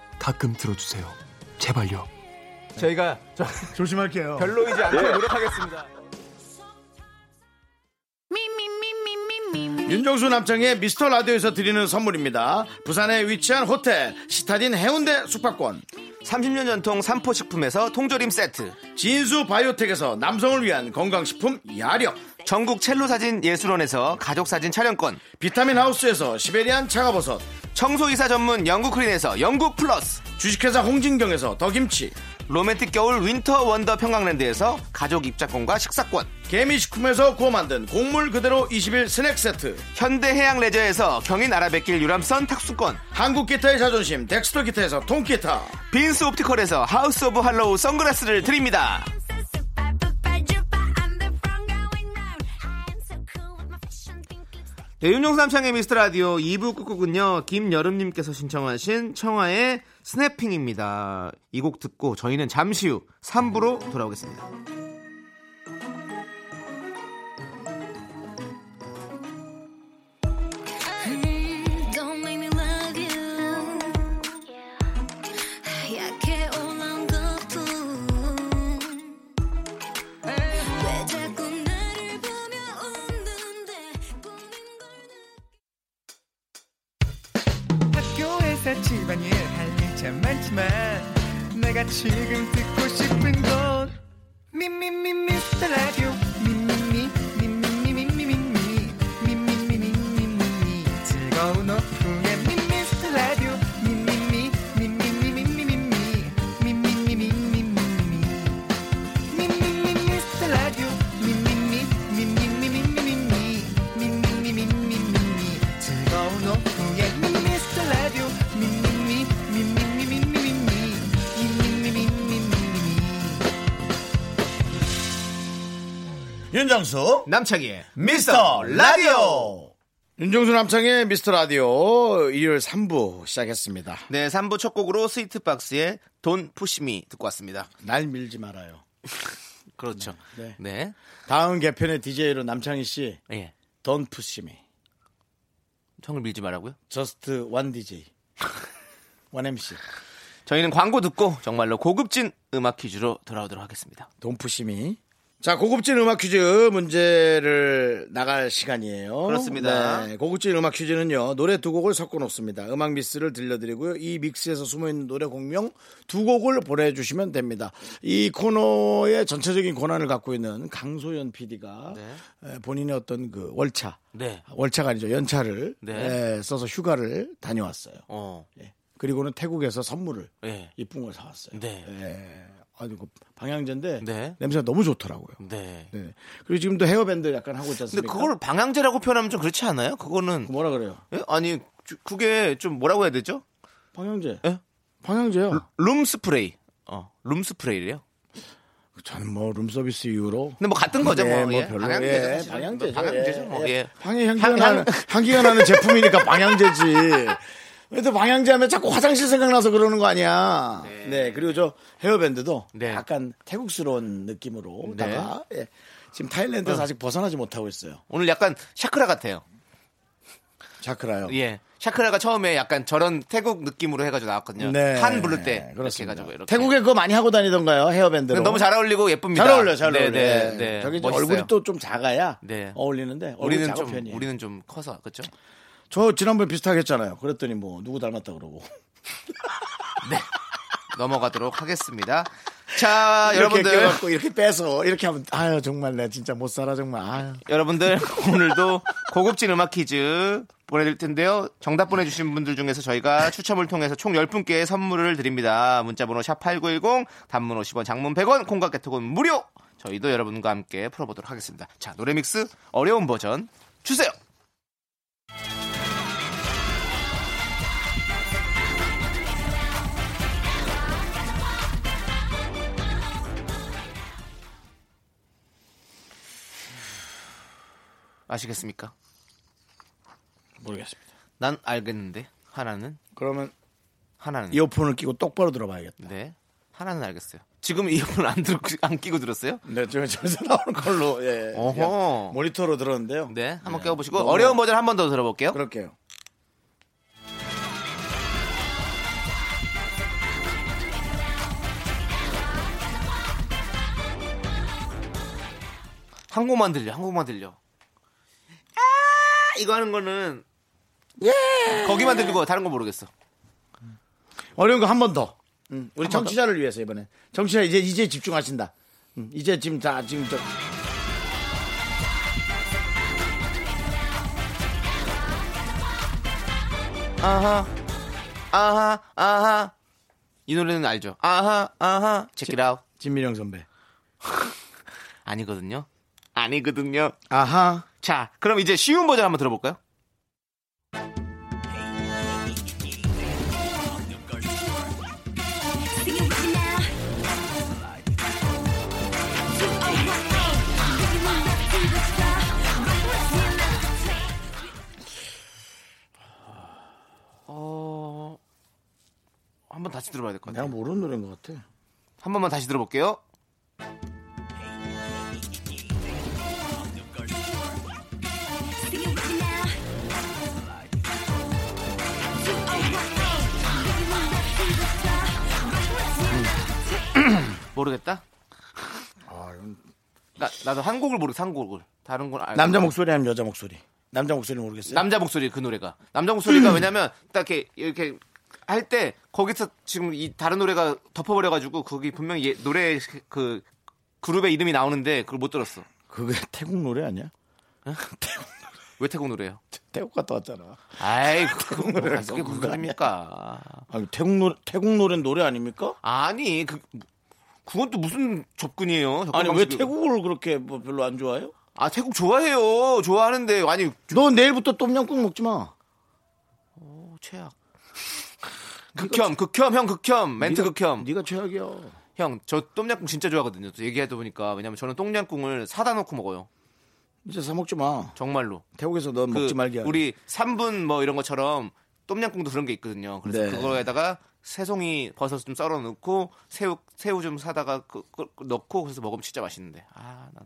가끔 들어주세요 제발요 저희가 저- 조심할게요. 별로이지 않게 노력하겠습니다. 윤정수 남창의 미스터 라디오에서 드리는 선물입니다. 부산에 위치한 호텔 시타딘 해운대 숙박권, 30년 전통 삼포식품에서 통조림 세트, 진수 바이오텍에서 남성을 위한 건강식품 야력, 전국 첼로 사진 예술원에서 가족 사진 촬영권, 비타민 하우스에서 시베리안 차가버섯, 청소 이사 전문 영국 크린에서 영국 플러스, 주식회사 홍진경에서 더김치, 로맨틱 겨울 윈터 원더 평강랜드에서 가족 입자권과 식사권, 개미식품에서 구워 만든 곡물 그대로 21 스낵 세트, 현대 해양 레저에서 경인 아라뱃길 유람선 탁수권, 한국 기타의 자존심 덱스터 기타에서 통기타, 빈스 옵티컬에서 하우스 오브 할로우 선글라스를 드립니다. 네, 윤종삼 창의 미스터 라디오 2부 끝곡은요, 김여름님께서 신청하신 청하의 스냅핑입니다. 이 곡 듣고 저희는 잠시 후 3부로 돌아오겠습니다. Don't make me love you. 약해 올란 것뿐. 왜 자꾸 나를 보며 웃는데 꿈인 걸 학교에서 집안일 할 일 참 많지만 내가 지금 듣고 싶은 건 미미미 미스터 라디오 미미미 미미미 미미미 미미미 미미미 미미미 즐거운 오후에 미미스터 라디오 미미미 미미미 미미미 미미미 미미미 미미미 윤정수 남창희의 미스터 라디오. 윤정수 남창의 미스터 라디오 일요일 3부 시작했습니다. 네, 3부 첫 곡으로 스위트박스의 돈 푸시미 듣고 왔습니다. 날 밀지 말아요. 그렇죠. 네. 네. 다음 개편의 DJ로 남창희 씨, 예. Don't push me. 청을 밀지 말라고요? Just one DJ. *laughs* one MC. 저희는 광고 듣고 정말로 고급진 음악 퀴즈로 돌아오도록 하겠습니다. Don't push me. 자, 고급진 음악 퀴즈 문제를 나갈 시간이에요. 그렇습니다. 네, 고급진 음악 퀴즈는요, 노래 두 곡을 섞어 놓습니다. 음악 믹스를 들려드리고요. 이 믹스에서 숨어있는 노래 공명 두 곡을 보내주시면 됩니다. 이 코너의 전체적인 권한을 갖고 있는 강소연 PD가 본인의 어떤 그 월차, 네. 월차가 아니죠. 연차를 네. 예, 써서 휴가를 다녀왔어요. 어. 예. 그리고는 태국에서 선물을 예. 이쁜 걸 사왔어요. 네. 예. 아니 그 방향제인데 네. 냄새가 너무 좋더라고요. 네. 네. 그리고 지금도 헤어밴드 약간 하고 있지 근데 않습니까? 그걸 방향제라고 표현하면 좀 그렇지 않아요? 그거는 뭐라 그래요? 예? 아니 주- 그게 좀 뭐라고 해야 되죠? 방향제. 예? 방향제요. 룸 스프레이. 어, 룸 스프레이래요. 저는 뭐 룸서비스 이후로 근데 뭐 같은 거죠, 예, 뭐. 뭐 예. 별로, 방향제죠. 예, 사실은. 방향제죠, 방향제죠, 예, 뭐. 예. 예. 방에 향기가 향- 나는 향기가 나는 제품이니까 방향제지. 근데 방향제 하면 자꾸 화장실 생각나서 그러는 거 아니야. 네, 그리고 저 헤어밴드도 네. 약간 태국스러운 느낌으로다가 예. 지금 타일랜드에서 아직 벗어나지 못하고 있어요. 오늘 약간 샤크라 같아요. 자크라요. 예. 샤크라가 처음에 약간 저런 태국 느낌으로 해가지고 나왔거든요. 한 부를 때 이렇게 네. 그렇습니다. 해가지고 이렇게. 태국에 그거 많이 하고 다니던가요 헤어밴드. 근데 너무 잘 어울리고 예쁩니다. 잘 어울려, 잘 네, 어울려. 네, 예. 네. 저기 이제 멋있어요. 얼굴이 또 좀 작아야 네. 어울리는데 얼굴이 우리는 작은 좀 편이에요. 우리는 좀 커서 그렇죠. 저 지난번에 비슷하게 했잖아요. 그랬더니 뭐 누구 닮았다 그러고. 넘어가도록 하겠습니다. 자, 이렇게 여러분들, 껴갖고 이렇게 빼서 이렇게 하면 아유 정말 내 진짜 못 살아 정말. 아유. 여러분들 *laughs* 오늘도 고급진 음악 퀴즈 보내드릴 텐데요. 정답 보내주신 분들 중에서 저희가 추첨을 통해서 총 10분께 선물을 드립니다. 문자번호 샵8910, 단문 50원, 장문 100원, 콩과 개톡은 무료! 저희도 여러분과 함께 풀어보도록 하겠습니다. 자, 노래 믹스 어려운 버전 주세요! 아시겠습니까? 모르겠습니다. 난 알겠는데, 하나는, 그러면 하나는. 이어폰을 끼고 똑바로 들어봐야겠다. 네. 하나는 알겠어요. 지금 이어폰 *laughs* 안, 들고, 안 끼고 들었어요? 네, 저 저기서 나오는 걸로 예. 어허. 모니터로 들었는데요. 네, 한번 네. 깨워보시고 너무- 어려운 버전 한 번 더 들어볼게요. 그럴게요. 한 곡만 들려, 한 곡만 들려. 아, 이거 하는 거는 거기만 들리고 다른 건 모르겠어. 어려운 거 한 번 더. 음, 우리 정치자를 위해서 이번에 정치자 이제 이제 집중하신다. 음, 이제 지금 다 지금 저 아하, 아하, 아하. 이 노래는 알죠? 아하, 아하. Check it out. 진민영 선배. 아니거든요. 아니거든요. 아하. 자, 그럼 이제 쉬운 버전 한번 들어볼까요? 어, 한번 다시 들어봐야 될 것 내가 같아요. 모르는 노래인 것 같아. 한 번만 다시 들어볼게요. 음. *clears throat* 모르겠다. 아, 나, 나도 한 곡을 모르겠어, 한 곡을. 다른 건 알고. 남자 목소리 아니면 여자 목소리? 남자 목소리 모르겠어요. 남자 목소리 그 노래가 남자 음. 목소리가 왜냐면 딱 이렇게 이렇게 할 때 거기서 지금 이 다른 노래가 덮어버려가지고 거기 분명히 얘- 노래 그 그룹의 이름이 나오는데 그걸 못 들었어 그게 태국 노래 아니야? 왜 태국 노래요? 태국 갔다 왔잖아. *laughs* 아이 그게 그게 무슨 소리입니까? 아니, 태국 노래 태국 노래는 노래 아닙니까? 아니 그 그건 또 무슨 접근이에요? 접근 아니 왜 방식이- 태국을 그렇게 뭐 별로 안 좋아해요? 아 태국 좋아해요 좋아하는데 아니 너 내일부터 똠양꿍 먹지 마. 어, 최악 극혐 극혐 형 극혐 멘트 극혐 네가 최악이야. 형, 저 똠양꿍 진짜 좋아하거든요. 또 얘기하다 보니까 왜냐면 저는 똠양꿍을 사다 놓고 먹어요. 이제 사 먹지 마. 정말로. 태국에서 넌 그 먹지 말게. 하래. 우리 3분 뭐 이런 것처럼 똠양꿍도 그런 게 있거든요. 그래서 네. 그거에다가 새송이 버섯 좀 썰어 넣고 새우 새우 좀 사다가 그, 그- 넣고 그래서 먹으면 진짜 맛있는데. 아, 난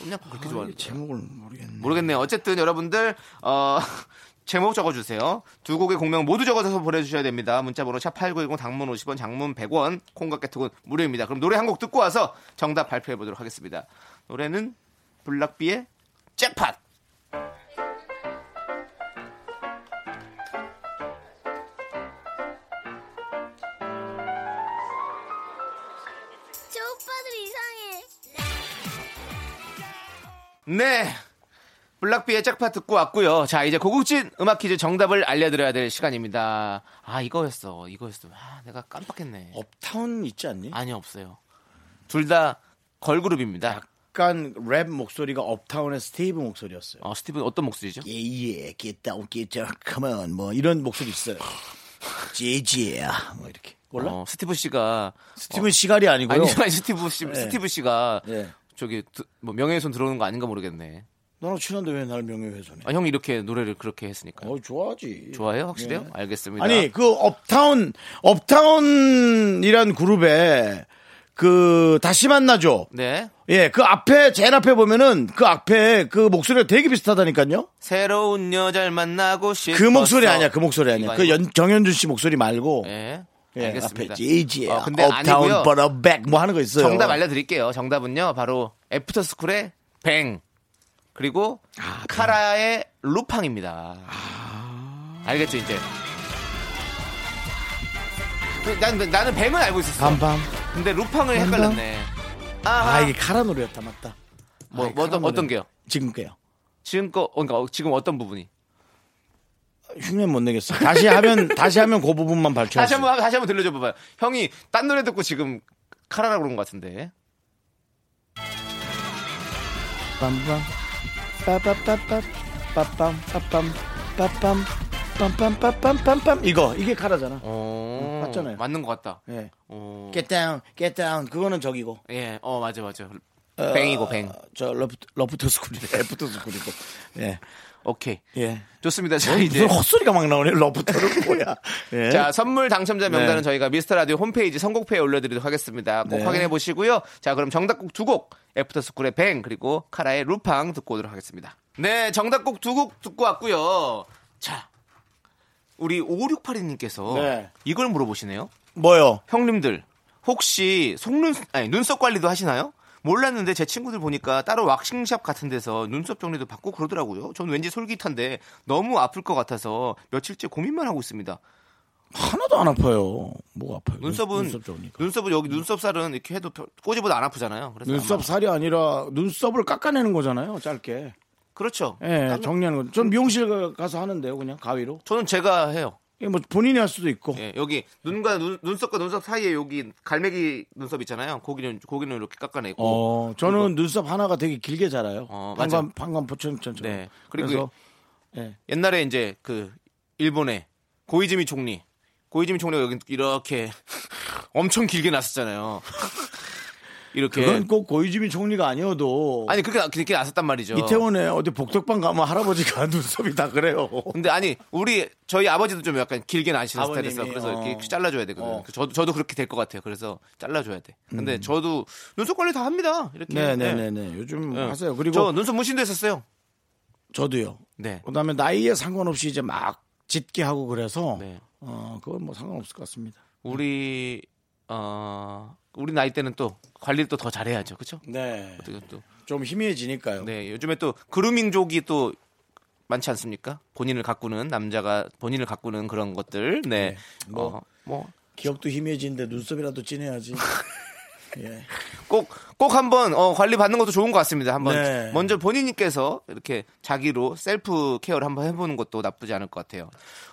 똠양꿍 그렇게 아, 좋아하는데. 이게 제목을 모르겠네. 모르겠네요. 어쨌든 여러분들 어, *laughs* 제목 적어주세요. 두 곡의 공명 모두 적어서 보내주셔야 됩니다. 문자번호 샵8910 단문 50원 장문 100원 콩깍개톡은 무료입니다. 그럼 노래 한 곡 듣고 와서 정답 발표해보도록 하겠습니다. 노래는 블락비의 잭팟 저 오빠들 이상해. 네. 블락비의 짝파 듣고 왔고요. 자, 이제 고급진 음악 퀴즈 정답을 알려드려야 될 시간입니다. 아, 이거였어. 이거였어. 아, 내가 어? 깜빡했네. 업타운 있지 않니? 아니, 없어요. 둘 다 걸그룹입니다. 약간 랩 목소리가 업타운의 스티브 목소리였어요. 어, 스티븐 어떤 목소리죠? 예예, get down, get down, come on, 뭐 이런 목소리 있어요. 제지야, 뭐 이렇게. 몰라? 어, 스티브 씨가 스티븐 시갈이 아니고요. 아니 아니 스티브 씨 스티브 씨가 네. 저기 드- 뭐 명예훼손 들어오는 거 아닌가 모르겠네. 너랑 친한데 왜 날 명예훼손해? 아, 형이 이렇게 노래를 그렇게 했으니까. 어, 좋아하지. 좋아요? 확실해요? 알겠습니다. 네. 아니 그 업타운 업타운이란 그룹에 그 다시 만나죠. 네. 예, 그 앞에 제일 앞에 보면은 그 앞에 그 목소리가 되게 비슷하다니까요. 새로운 여자를 만나고 싶어. 그 목소리 아니야, 그 목소리 아니야. 예, 이거 그 연, 정현준 씨 목소리 말고 예. 예, 알겠습니다. 앞에 제이지 어, 근데 아니고요. 업타운 버러백 뭐 하는 거 있어요. 정답 알려드릴게요. 정답은요. 바로 애프터 스쿨의 뱅 그리고 아, 카라의 루팡입니다. 알겠죠 이제. 그, 난, 나는 뱅은 알고 있었어. 밤밤. 근데 루팡을 헷갈렸네. 아, 아하. 이게 카라 노래였다 맞다. 뭐, 아이, 뭐 어떤 카라 어떤 노래. 게요? 지금 게요. 지금 거 어, 그러니까 어, 지금 어떤 부분이? 흉내 못 내겠어. 다시 하면 다시 하면 그 부분만 발췌. 다시 한번 다시 한번 들려줘 봐봐요. 형이 딴 노래 듣고 지금 카라라 그런 것 같은데. 빰빰 빠빠빠빠 빠빰 빠빰 빠빰 빰빰빰빰빰빰 이거 이게 카라잖아. 어, 맞잖아요. 맞는 것 같다. 예. 어, Get down, get down. 그거는 저기고. 예, 어 맞아 맞아. 뱅이고 뱅. 어, 저 러프트, 러프트 스쿨이 *laughs* 러프트 스쿨이고. 예. 오케이. 예. 좋습니다. 자, 이제 무슨 헛소리가 막 나오네. *laughs* 러프트는 뭐야. 예. 자, 선물 당첨자 명단은 저희가 미스터 라디오 홈페이지 선곡표에 올려드리도록 하겠습니다. 꼭 네. 확인해 보시고요. 자, 그럼 정답곡 두 곡, 애프터스쿨의 뱅, 그리고 카라의 루팡 듣고 오도록 하겠습니다. 네, 정답곡 두 곡 듣고 왔고요. 자, 우리 5682님께서 네. 이걸 물어보시네요. 뭐요? 형님들, 혹시 속눈, 아니, 눈썹 관리도 하시나요? 몰랐는데 제 친구들 보니까 따로 왁싱샵 같은 데서 눈썹 정리도 받고 그러더라고요. 전 왠지 솔깃한데 너무 아플 것 같아서 며칠째 고민만 하고 있습니다. 하나도 안 아파요. 뭐가 아파요? 눈썹은 눈썹 눈썹 좋으니까. 은 여기 눈썹살은 이렇게 해도 펴- 꼬집어도 안 아프잖아요. 그래서 아마- 눈썹 살이 아니라 눈썹을 깎아내는 거잖아요. 짧게. 그렇죠. 예, 정리하는 거. 전 미용실 가서 하는데요. 그냥 가위로. 저는 제가 해요. 이게 뭐 본인이 할 수도 있고. 예, 여기 눈과 눈, 눈썹과 눈썹 사이에 여기 갈매기 눈썹 있잖아요. 고기는 고기는 이렇게 깎아내고. 어, 저는 눈썹 하나가 되게 길게 자라요. 어, 맞아. 방관 방관 포천천처럼. 네. 그리고 그렇죠. 그리고 옛날에 이제 그 일본의 고이즈미 총리, 고이즈미 총리가 여기 이렇게 엄청 길게 났었잖아요. *laughs* 이렇게 그건 꼭 고이즈미 총리가 아니어도 아니 그렇게 나- 그렇게 났었단 말이죠. 이태원에 어디 복덕방 가면 할아버지가 *laughs* 눈썹이 다 *laughs* 그래요. 근데 아니 우리 저희 아버지도 좀 약간 길게 나시는 아버님이, 스타일이라서 그래서 어. 이렇게 잘라줘야 되거든요. 어. 그래서 저도 저도 그렇게 될 것 같아요. 그래서 잘라줘야 돼. 근데 저도 눈썹 관리 다 합니다. 이렇게. 음. 네네네네. 요즘 네. 하세요. 그리고 저 눈썹 문신도 했었어요. 저, 도요 네. 그다음에 나이에 상관없이 이제 막 짙게 하고 그래서 네. 어 그건 뭐 상관없을 것 같습니다. 우리 어 우리 나이 때는 또 관리를 또 더 잘해야죠. 그렇죠? 네. 또 좀 희미해지니까요. 네, 요즘에 또 그루밍족이 또 많지 않습니까? 본인을 가꾸는 남자가 본인을 가꾸는 그런 것들. 네. 뭐, 뭐 기억도 희미해지는데 눈썹이라도 진해야지. *laughs* 꼭, 꼭 한번 어, 관리 받는 것도 좋은 것 같습니다. 한번 네. 먼저 본인께서 이렇게 자기로 셀프 케어를 한번 해보는 것도 나쁘지 않을 것 같아요.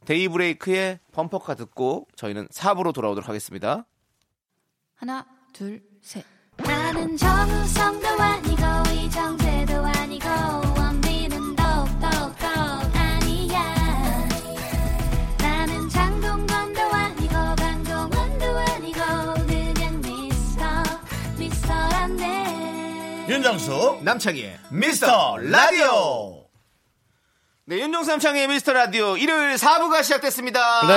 데이브레이크의 범퍼카 듣고 저희는 4부로 돌아오도록 하겠습니다. 하나, 둘, 셋. 나는 정우성도 아니고 이정재도 아니고 원빈은 더욱더 아니야 나는 장동건도 아니고 강동원도 아니고 그냥 미스터 미스터란데 윤정수 남창희의 미스터 라디오. 네, 윤종수 남창희의 미스터 라디오 일요일 4부가 시작됐습니다.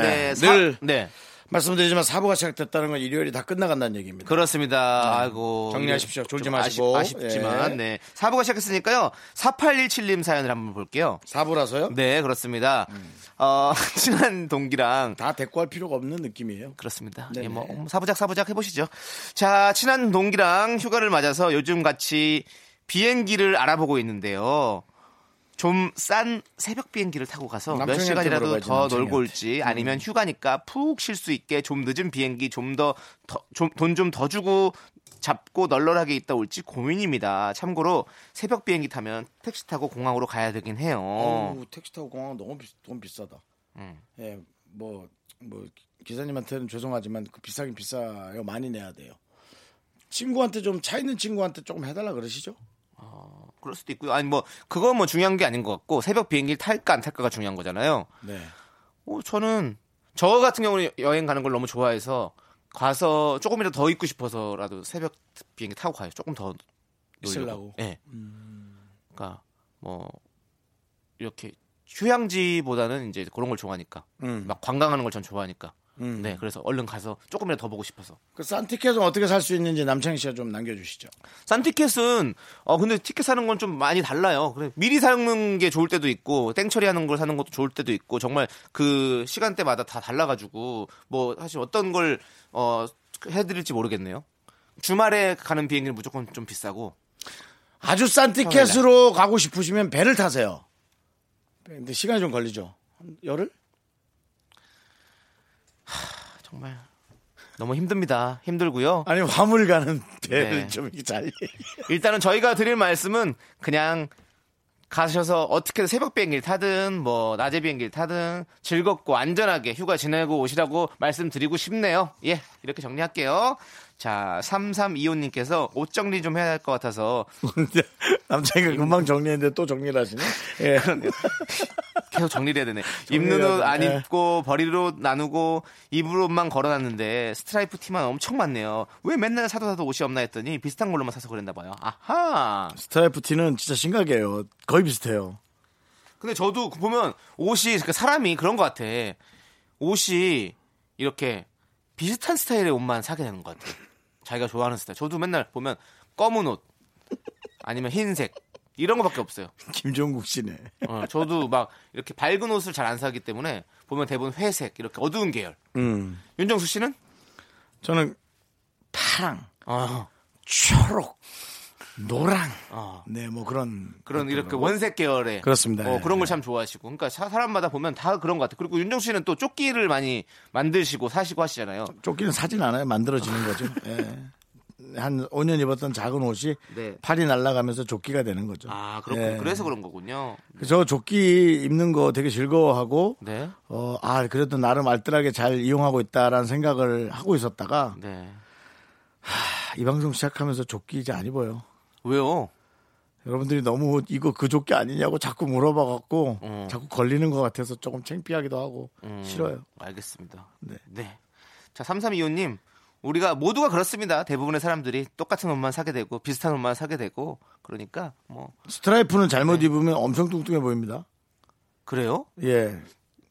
네. 사- 늘. 네. 말씀드리지만 사부가 시작됐다는 건 일요일이 다 끝나간다는 얘기입니다. 그렇습니다. 아이고. 네. 정리하십시오. 졸지 좀 마시고. 아쉽, 지만 예. 네. 4부가 시작했으니까요. 4817님 사연을 한번 볼게요. 사부라서요? 네, 그렇습니다. 음. 어, *laughs* 친한 동기랑 다 대꾸할 필요가 없는 느낌이에요. 그렇습니다. 네네. 예, 뭐 음, 사부작 사부작 해보시죠. 자, 친한 동기랑 휴가를 맞아서 요즘 같이 비행기를 알아보고 있는데요. 좀 싼 새벽 비행기를 타고 가서 몇 남편이한테 시간이라도 물어봐야지, 더 남편이한테. 음. 놀고 올지 아니면 휴가니까 푹 쉴 수 있게 좀 늦은 비행기 좀 더 돈 좀 더 주고 잡고 널널하게 있다 올지 고민입니다. 참고로 새벽 비행기 타면 택시 타고 공항으로 가야 되긴 해요. 어우, 택시 타고 공항 너무 비, 돈 비싸다. 예, 뭐, 뭐 기사님한테는 죄송하지만 그 비싸긴 비싸요. 많이 내야 돼요. 친구한테 좀 차 있는 친구한테 조금 해달라 그러시죠? 그럴 수도 있고요. 아니 뭐 그건 뭐 중요한 게 아닌 것 같고 새벽 비행기를 탈까 안 탈까가 중요한 거잖아요. 네. 어, 저는 저 같은 경우는 여행 가는 걸 너무 좋아해서 가서 조금이라도 더 있고 싶어서라도 새벽 비행기 타고 가요. 조금 더 있으려고? 음. 예. 그러니까 뭐 이렇게 휴양지보다는 이제 그런 걸 좋아하니까 음. 막 관광하는 걸 전 좋아하니까. 음. 네, 그래서 얼른 가서 조금이라도 더 보고 싶어서. 그 산티켓은 어떻게 살 수 있는지 남창희 씨가 좀 남겨주시죠. 싼 티켓은 어 근데 티켓 사는 건 좀 많이 달라요. 그래 미리 사는 게 좋을 때도 있고 땡처리 하는 걸 사는 것도 좋을 때도 있고 정말 그 시간대마다 다 달라가지고 뭐 사실 어떤 걸 어 해드릴지 모르겠네요. 주말에 가는 비행기는 무조건 좀 비싸고 아주 싼 티켓으로 가고 싶으시면 배를 타세요. 근데 시간이 좀 걸리죠. 한 열흘? 아, 정말 너무 힘듭니다. 힘들고요. 아니 화물 가는 배를 네. 좀 이렇게 잘. *laughs* 일단은 저희가 드릴 말씀은 그냥 가셔서 어떻게든 새벽 비행기를 타든 뭐 낮에 비행기를 타든 즐겁고 안전하게 휴가 지내고 오시라고 말씀드리고 싶네요. 예, 이렇게 정리할게요. 자, 3325님께서 옷 정리 좀 해야 할 것 같아서 남창희가 금방 정리했는데 또 정리를 하시네. 예. 계속 *laughs* 정리를 해야 되네. 입는 옷 안 네. 입고 버릴 옷 나누고 입을 옷만 걸어놨는데 스트라이프 티만 엄청 많네요. 왜 맨날 사도 사도 옷이 없나 했더니 비슷한 걸로만 사서 그랬나 봐요. 아하. 스트라이프 티는 진짜 심각해요. 거의 비슷해요. 근데 저도 그 보면 옷이 그 사람이 그런 것 같아. 옷이 이렇게 비슷한 스타일의 옷만 사게 되는 것 같아. 자기가 좋아하는 스타일. 저도 맨날 보면 검은 옷 아니면 흰색 이런 거밖에 없어요. 김종국 씨네. 어, 저도 막 이렇게 밝은 옷을 잘 안 사기 때문에 보면 대부분 회색 이렇게 어두운 계열. 음. 윤정수 씨는? 저는 파랑, 어, 초록, 노랑. 어. 네, 뭐 그런 그런 이렇게 원색 계열의 그렇습니다. 네. 어, 그런 걸 참 좋아하시고 그러니까 사- 사람마다 보면 다 그런 것 같아요. 그리고 윤정수 씨는 또 조끼를 많이 만드시고 사시고 하시잖아요. 쫓기는 사진 않아요. 만들어지는 *laughs* 거죠. 예. 한 5년 입었던 작은 옷이 네. 팔이 날아가면서 조끼가 되는 거죠. 아 그렇군요. 예. 그래서 그런 거군요. 저 조끼 입는 거 되게 즐거워하고 네, 어, 아 그래도 나름 알뜰하게 잘 이용하고 있다라는 생각을 하고 있었다가 네. 아, 이 방송 시작하면서 조끼 이제 안 입어요. 왜요? 여러분들이 너무 이거 그 조끼 아니냐고 자꾸 물어봐 갖고 음. 자꾸 걸리는 것 같아서 조금 창피하기도 하고 음, 싫어요. 알겠습니다. 네. 네. 자, 3325님. 우리가 모두가 그렇습니다. 대부분의 사람들이 똑같은 옷만 사게 되고 비슷한 옷만 사게 되고 그러니까 뭐 스트라이프는 잘못 입으면 엄청 뚱뚱해 보입니다. 그래요? 예.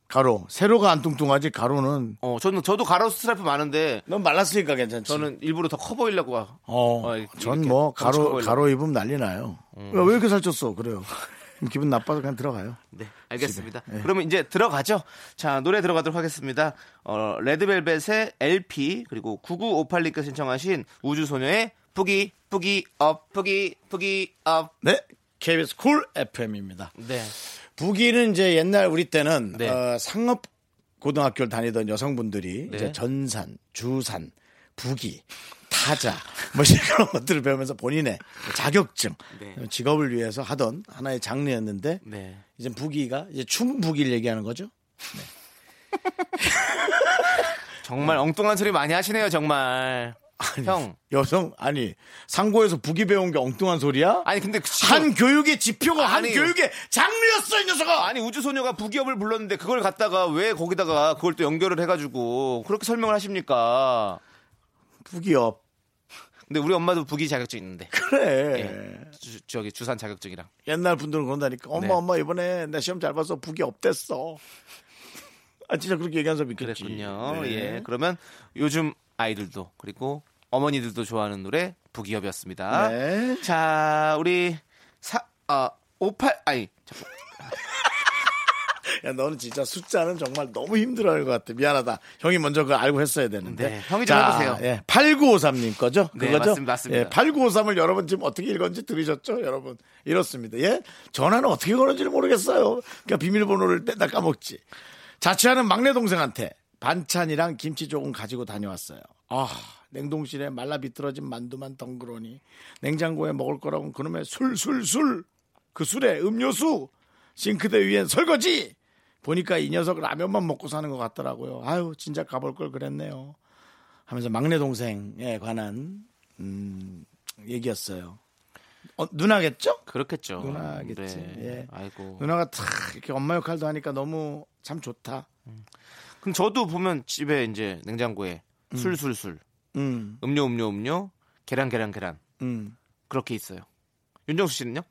가로. 세로가 안 뚱뚱하지 가로는 어, 저는 저도 가로 스트라이프 많은데 넌 말랐으니까 괜찮지. 저는 일부러 더 커 보이려고 하- 어, 어, 이렇게 전 뭐 엄청 가로 보이려고. 가로 입으면 난리 나요. 야, 왜 이렇게 살쪘어? 그래요. *laughs* 그럼 기분 나빠서 그냥 들어가요. 네, 알겠습니다. 집에. 예. 그러면 이제 들어가죠. 자, 노래 들어가도록 하겠습니다. 어, 레드벨벳의 LP 그리고 9958님께서 신청하신 우주소녀의 뿌기 뿌기 업 뿌기 뿌기 업. 네. KBS 쿨 FM입니다. 네. 북위는 이제 옛날 우리 때는 네. 어, 상업 고등학교를 다니던 여성분들이 네. 이제 전산, 주산, 북위, 타자 뭐 이런 *laughs* 그런 것들을 배우면서 본인의 자격증, 네. 직업을 위해서 하던 하나의 장르였는데 네. 이제 북위가 이제 춤 북위를 얘기하는 거죠. 정말 네. 엉뚱한 소리 많이 하시네요, 정말. 형. 여성 아니 상고에서 북위 배운 게 엉뚱한 소리야? 아니 근데 그 지금- 한 교육의 지표가 한 아니. 교육의 장르였어 이 녀석아. 아니 우주소녀가 부기업을 불렀는데 그걸 갖다가 왜 거기다가 그걸 또 연결을 해가지고 그렇게 설명을 하십니까? 북위업 근데 우리 엄마도 부기 자격증 있는데 네. 그래. 주, 저기 주산 자격증이랑 옛날 분들은 그런다니까 엄마 네. 엄마 이번에 나 시험 잘 봐서 북이 없댔어. 아 진짜 그렇게 얘기한 사람 있겠지. 그랬군요. 네. 예. 그러면 요즘 아이들도 그리고 어머니들도 좋아하는 노래 부기업이었습니다. 네. 자 우리 사 아, 58 아니 잠깐. 야 너는 진짜 숫자는 정말 너무 힘들어할 것 같아. 미안하다. 형이 먼저 그걸 알고 했어야 되는데. 네, 형이 좀 해보세요. 예, 8953님 거죠? 네, 그거죠? 맞습니다, 맞습니다. 예, 8953을 여러분 지금 어떻게 읽었는지 들으셨죠? 여러분 이렇습니다. 예, 전화는 어떻게 걸는지 모르겠어요. 그러니까 비밀번호를 맨날 까먹지. 자취하는 막내 동생한테 반찬이랑 김치 조금 가지고 다녀왔어요. 아, 냉동실에 말라 비틀어진 만두만 덩그러니 냉장고에 먹을 거라고 그놈의 술술술 그 술에 음료수 싱크대 위엔 설거지 보니까 이 녀석 라면만 먹고 사는 것 같더라고요. 아유 진짜 가볼 걸 그랬네요. 하면서 막내 동생에 관한 음, 얘기였어요. 어, 누나겠죠? 그렇겠죠. 누나겠지. 네. 예. 아이고. 누나가 탁 이렇게 엄마 역할도 하니까 너무 참 좋다. 그럼 저도 보면 집에 이제 냉장고에 술술술 음, 음료 음료 음료 계란 계란 계란 음. 그렇게 있어요. 윤정수 씨는요?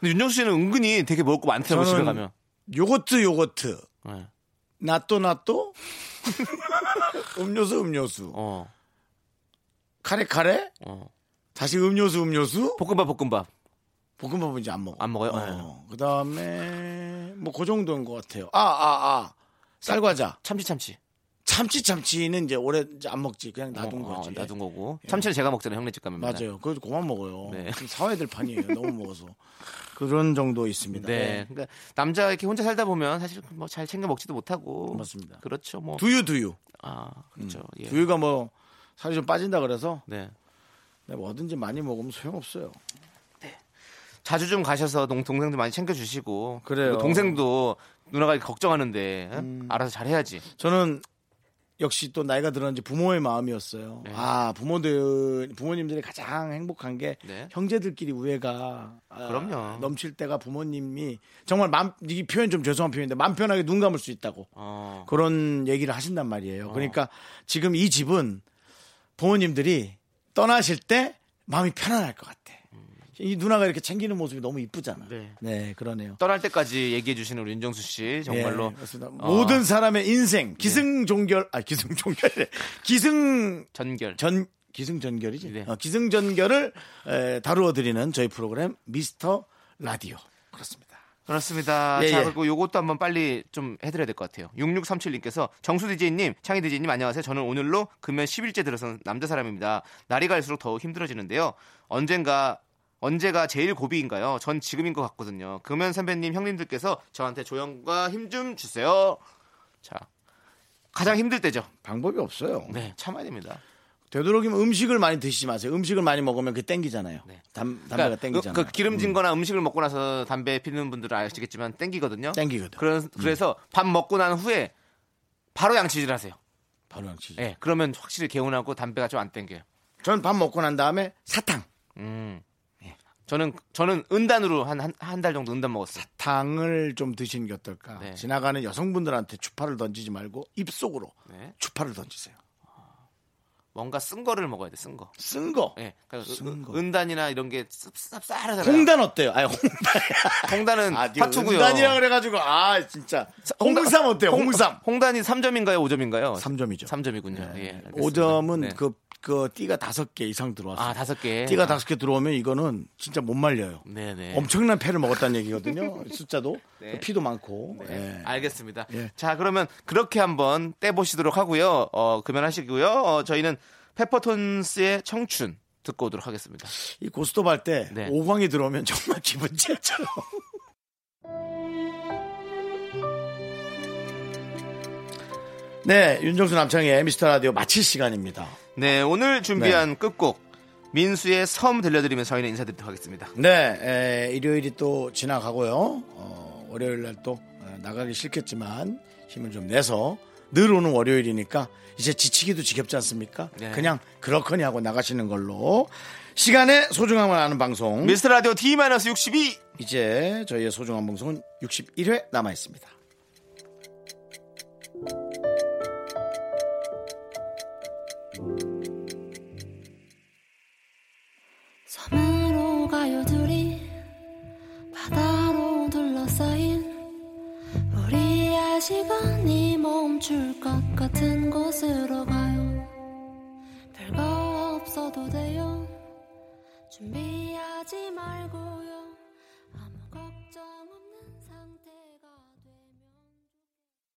근데 윤정수 씨는 은근히 되게 먹을 거 많더라고요 집에 저는- 가면. 요거트 요거트. 네. 나또 나또. *laughs* 음료수 음료수. 어, 카레 카레. 어. 다시 음료수 음료수. 볶음밥 볶음밥. 볶음밥은 이제 안 먹어. 안 먹어요? 네. 어, 그다음에 뭐 그 정도인 것 같아요. 아 아 아, 쌀과자. 참치 참치. 참치 참치는 이제 오래 이제 안 먹지. 그냥 놔둔 어, 어, 거지. 예. 놔둔 거고. 참치는 제가 먹잖아요 형네 집 가면. 맨날. 맞아요. 그거 그만 먹어요. 네. 지금 사와야 될 판이에요. 너무 먹어서. 그런 정도 있습니다. 네. 그러니까 남자 이렇게 혼자 살다 보면 사실 뭐 잘 챙겨 먹지도 못하고. 맞습니다. 그렇죠. 뭐. 두유 두유. 아, 그렇죠. 예. 두유가 뭐 살이 좀 빠진다 그래서 네. 네, 뭐든지 많이 먹으면 소용없어요. 자주 좀 가셔서 동, 동생도 많이 챙겨주시고 그래요. 음. 그리고 동생도 누나가 걱정하는데 응? 알아서 잘해야지 저는 역시 또 나이가 들었는지 부모의 마음이었어요. 네. 아 부모들 부모님들이 가장 행복한 게 네. 형제들끼리 우애가 아, 그럼요. 넘칠 때가 부모님이 정말 마음 이 표현 좀 죄송한 표현인데 마음 편하게 눈 감을 수 있다고 어, 그런 얘기를 하신단 말이에요. 그러니까 지금 이 집은 부모님들이 떠나실 때 마음이 편안할 것 같아. 이 누나가 이렇게 챙기는 모습이 너무 이쁘잖아. 음. 네. 그러네요. 떠날 때까지 얘기해 주시는 우리 윤정수 씨 정말로 네. 예, 맞습니다. 어, 모든 사람의 인생 기승종결 아 기승종결 기승 전결 전 기승전결이지. 네. 어, 기승전결을 에, 다루어 드리는 저희 프로그램 미스터 라디오 그렇습니다. 그렇습니다. 예, 자, 예. 그리고 요것도 한번 빨리 좀 해드려야 될 것 같아요. 6637님께서 정수 DJ님, 창희 DJ님 안녕하세요. 저는 오늘로 금연 10일째 들어선 남자 사람입니다. 날이 갈수록 더 힘들어지는데요. 언젠가 언제가 제일 고비인가요? 전 지금인 것 같거든요. 금연 선배님, 형님들께서 저한테 조언과 힘 좀 주세요. 자, 가장 힘들 때죠. 방법이 없어요. 네, 참아야 됩니다. 되도록이면 음식을 많이 드시지 마세요. 음식을 많이 먹으면 그 땡기잖아요. 네. 담, 담배가 그러니까 땡기잖아요. 그, 그 기름진거나 음. 식을 먹고 나서 담배 피는 분들은 아시겠지만 땡기거든요. 땡기거든. 음. 그런, 그래서 밥 먹고 난 후에 바로 양치질 하세요. 음. 바로 양치지. 예, 그러면 확실히 개운하고 담배가 좀 안 땡겨요. 전 밥 먹고 난 다음에 사탕. 음. 예. 저는 저는 은단으로 한 한 달 정도 은단 먹었어요. 당을 좀 드시는 게 어떨까? 네. 지나가는 여성분들한테 주파를 던지지 말고 입속으로 네. 주파를 던지세요. 뭔가 쓴 거를 먹어야 돼, 쓴 거. 쓴 거. 예. 그러니까 쓴 은- 거. 은단이나 이런 게 쌉쌉싸하잖아요. 홍단 어때요? 아니 홍단. 홍단은 아, 네가 파투고요. 은단이라 그래가지고 아 진짜 홍삼 어때요? 홍삼. 홍단이 3점인가요, 5점인가요? 3점이죠. 네. 3점이군요. 예. 알겠습니다. 5점은 네. 그, 그 띠가 다섯 개 이상 들어왔어요. 아, 다섯 개. 띠가 다섯 개 들어오면 이거는 진짜 못 말려요. 네, 네. 엄청난 *laughs* 패를 먹었다는 얘기거든요. 숫자도 피도 많고. 네, 예. 알겠습니다. 예. 자, 그러면 그렇게 한번 떼보시도록 하고요. 어, 금연하시고요. 어, 저희는 페퍼톤스의 청춘 듣고 오도록 하겠습니다. 이 고스톱 할 때 네. 오광이 들어오면 정말 기분 째죠. *laughs* 네, 윤정수 남창의 미스터 라디오 마칠 시간입니다. 네, 오늘 준비한 끝곡 민수의 섬 들려드리면서 저희는 인사드리도록 하겠습니다. 네, 에, 일요일이 또 지나가고요. 어, 월요일 날 또 나가기 싫겠지만 힘을 좀 내서 늘 오는 월요일이니까 이제 지치기도 지겹지 않습니까? 네. 그냥 그렇거니 하고 나가시는 걸로 시간의 소중함을 아는 방송 미스터 라디오 D-62 이제 저희의 소중한 방송은 61회 남아 있습니다. 섬으로 가요 둘이 바다로 둘러싸인 우리의 시간이 멈출 것 같은 곳으로 가요 별거 없어도 돼요 준비하지 말고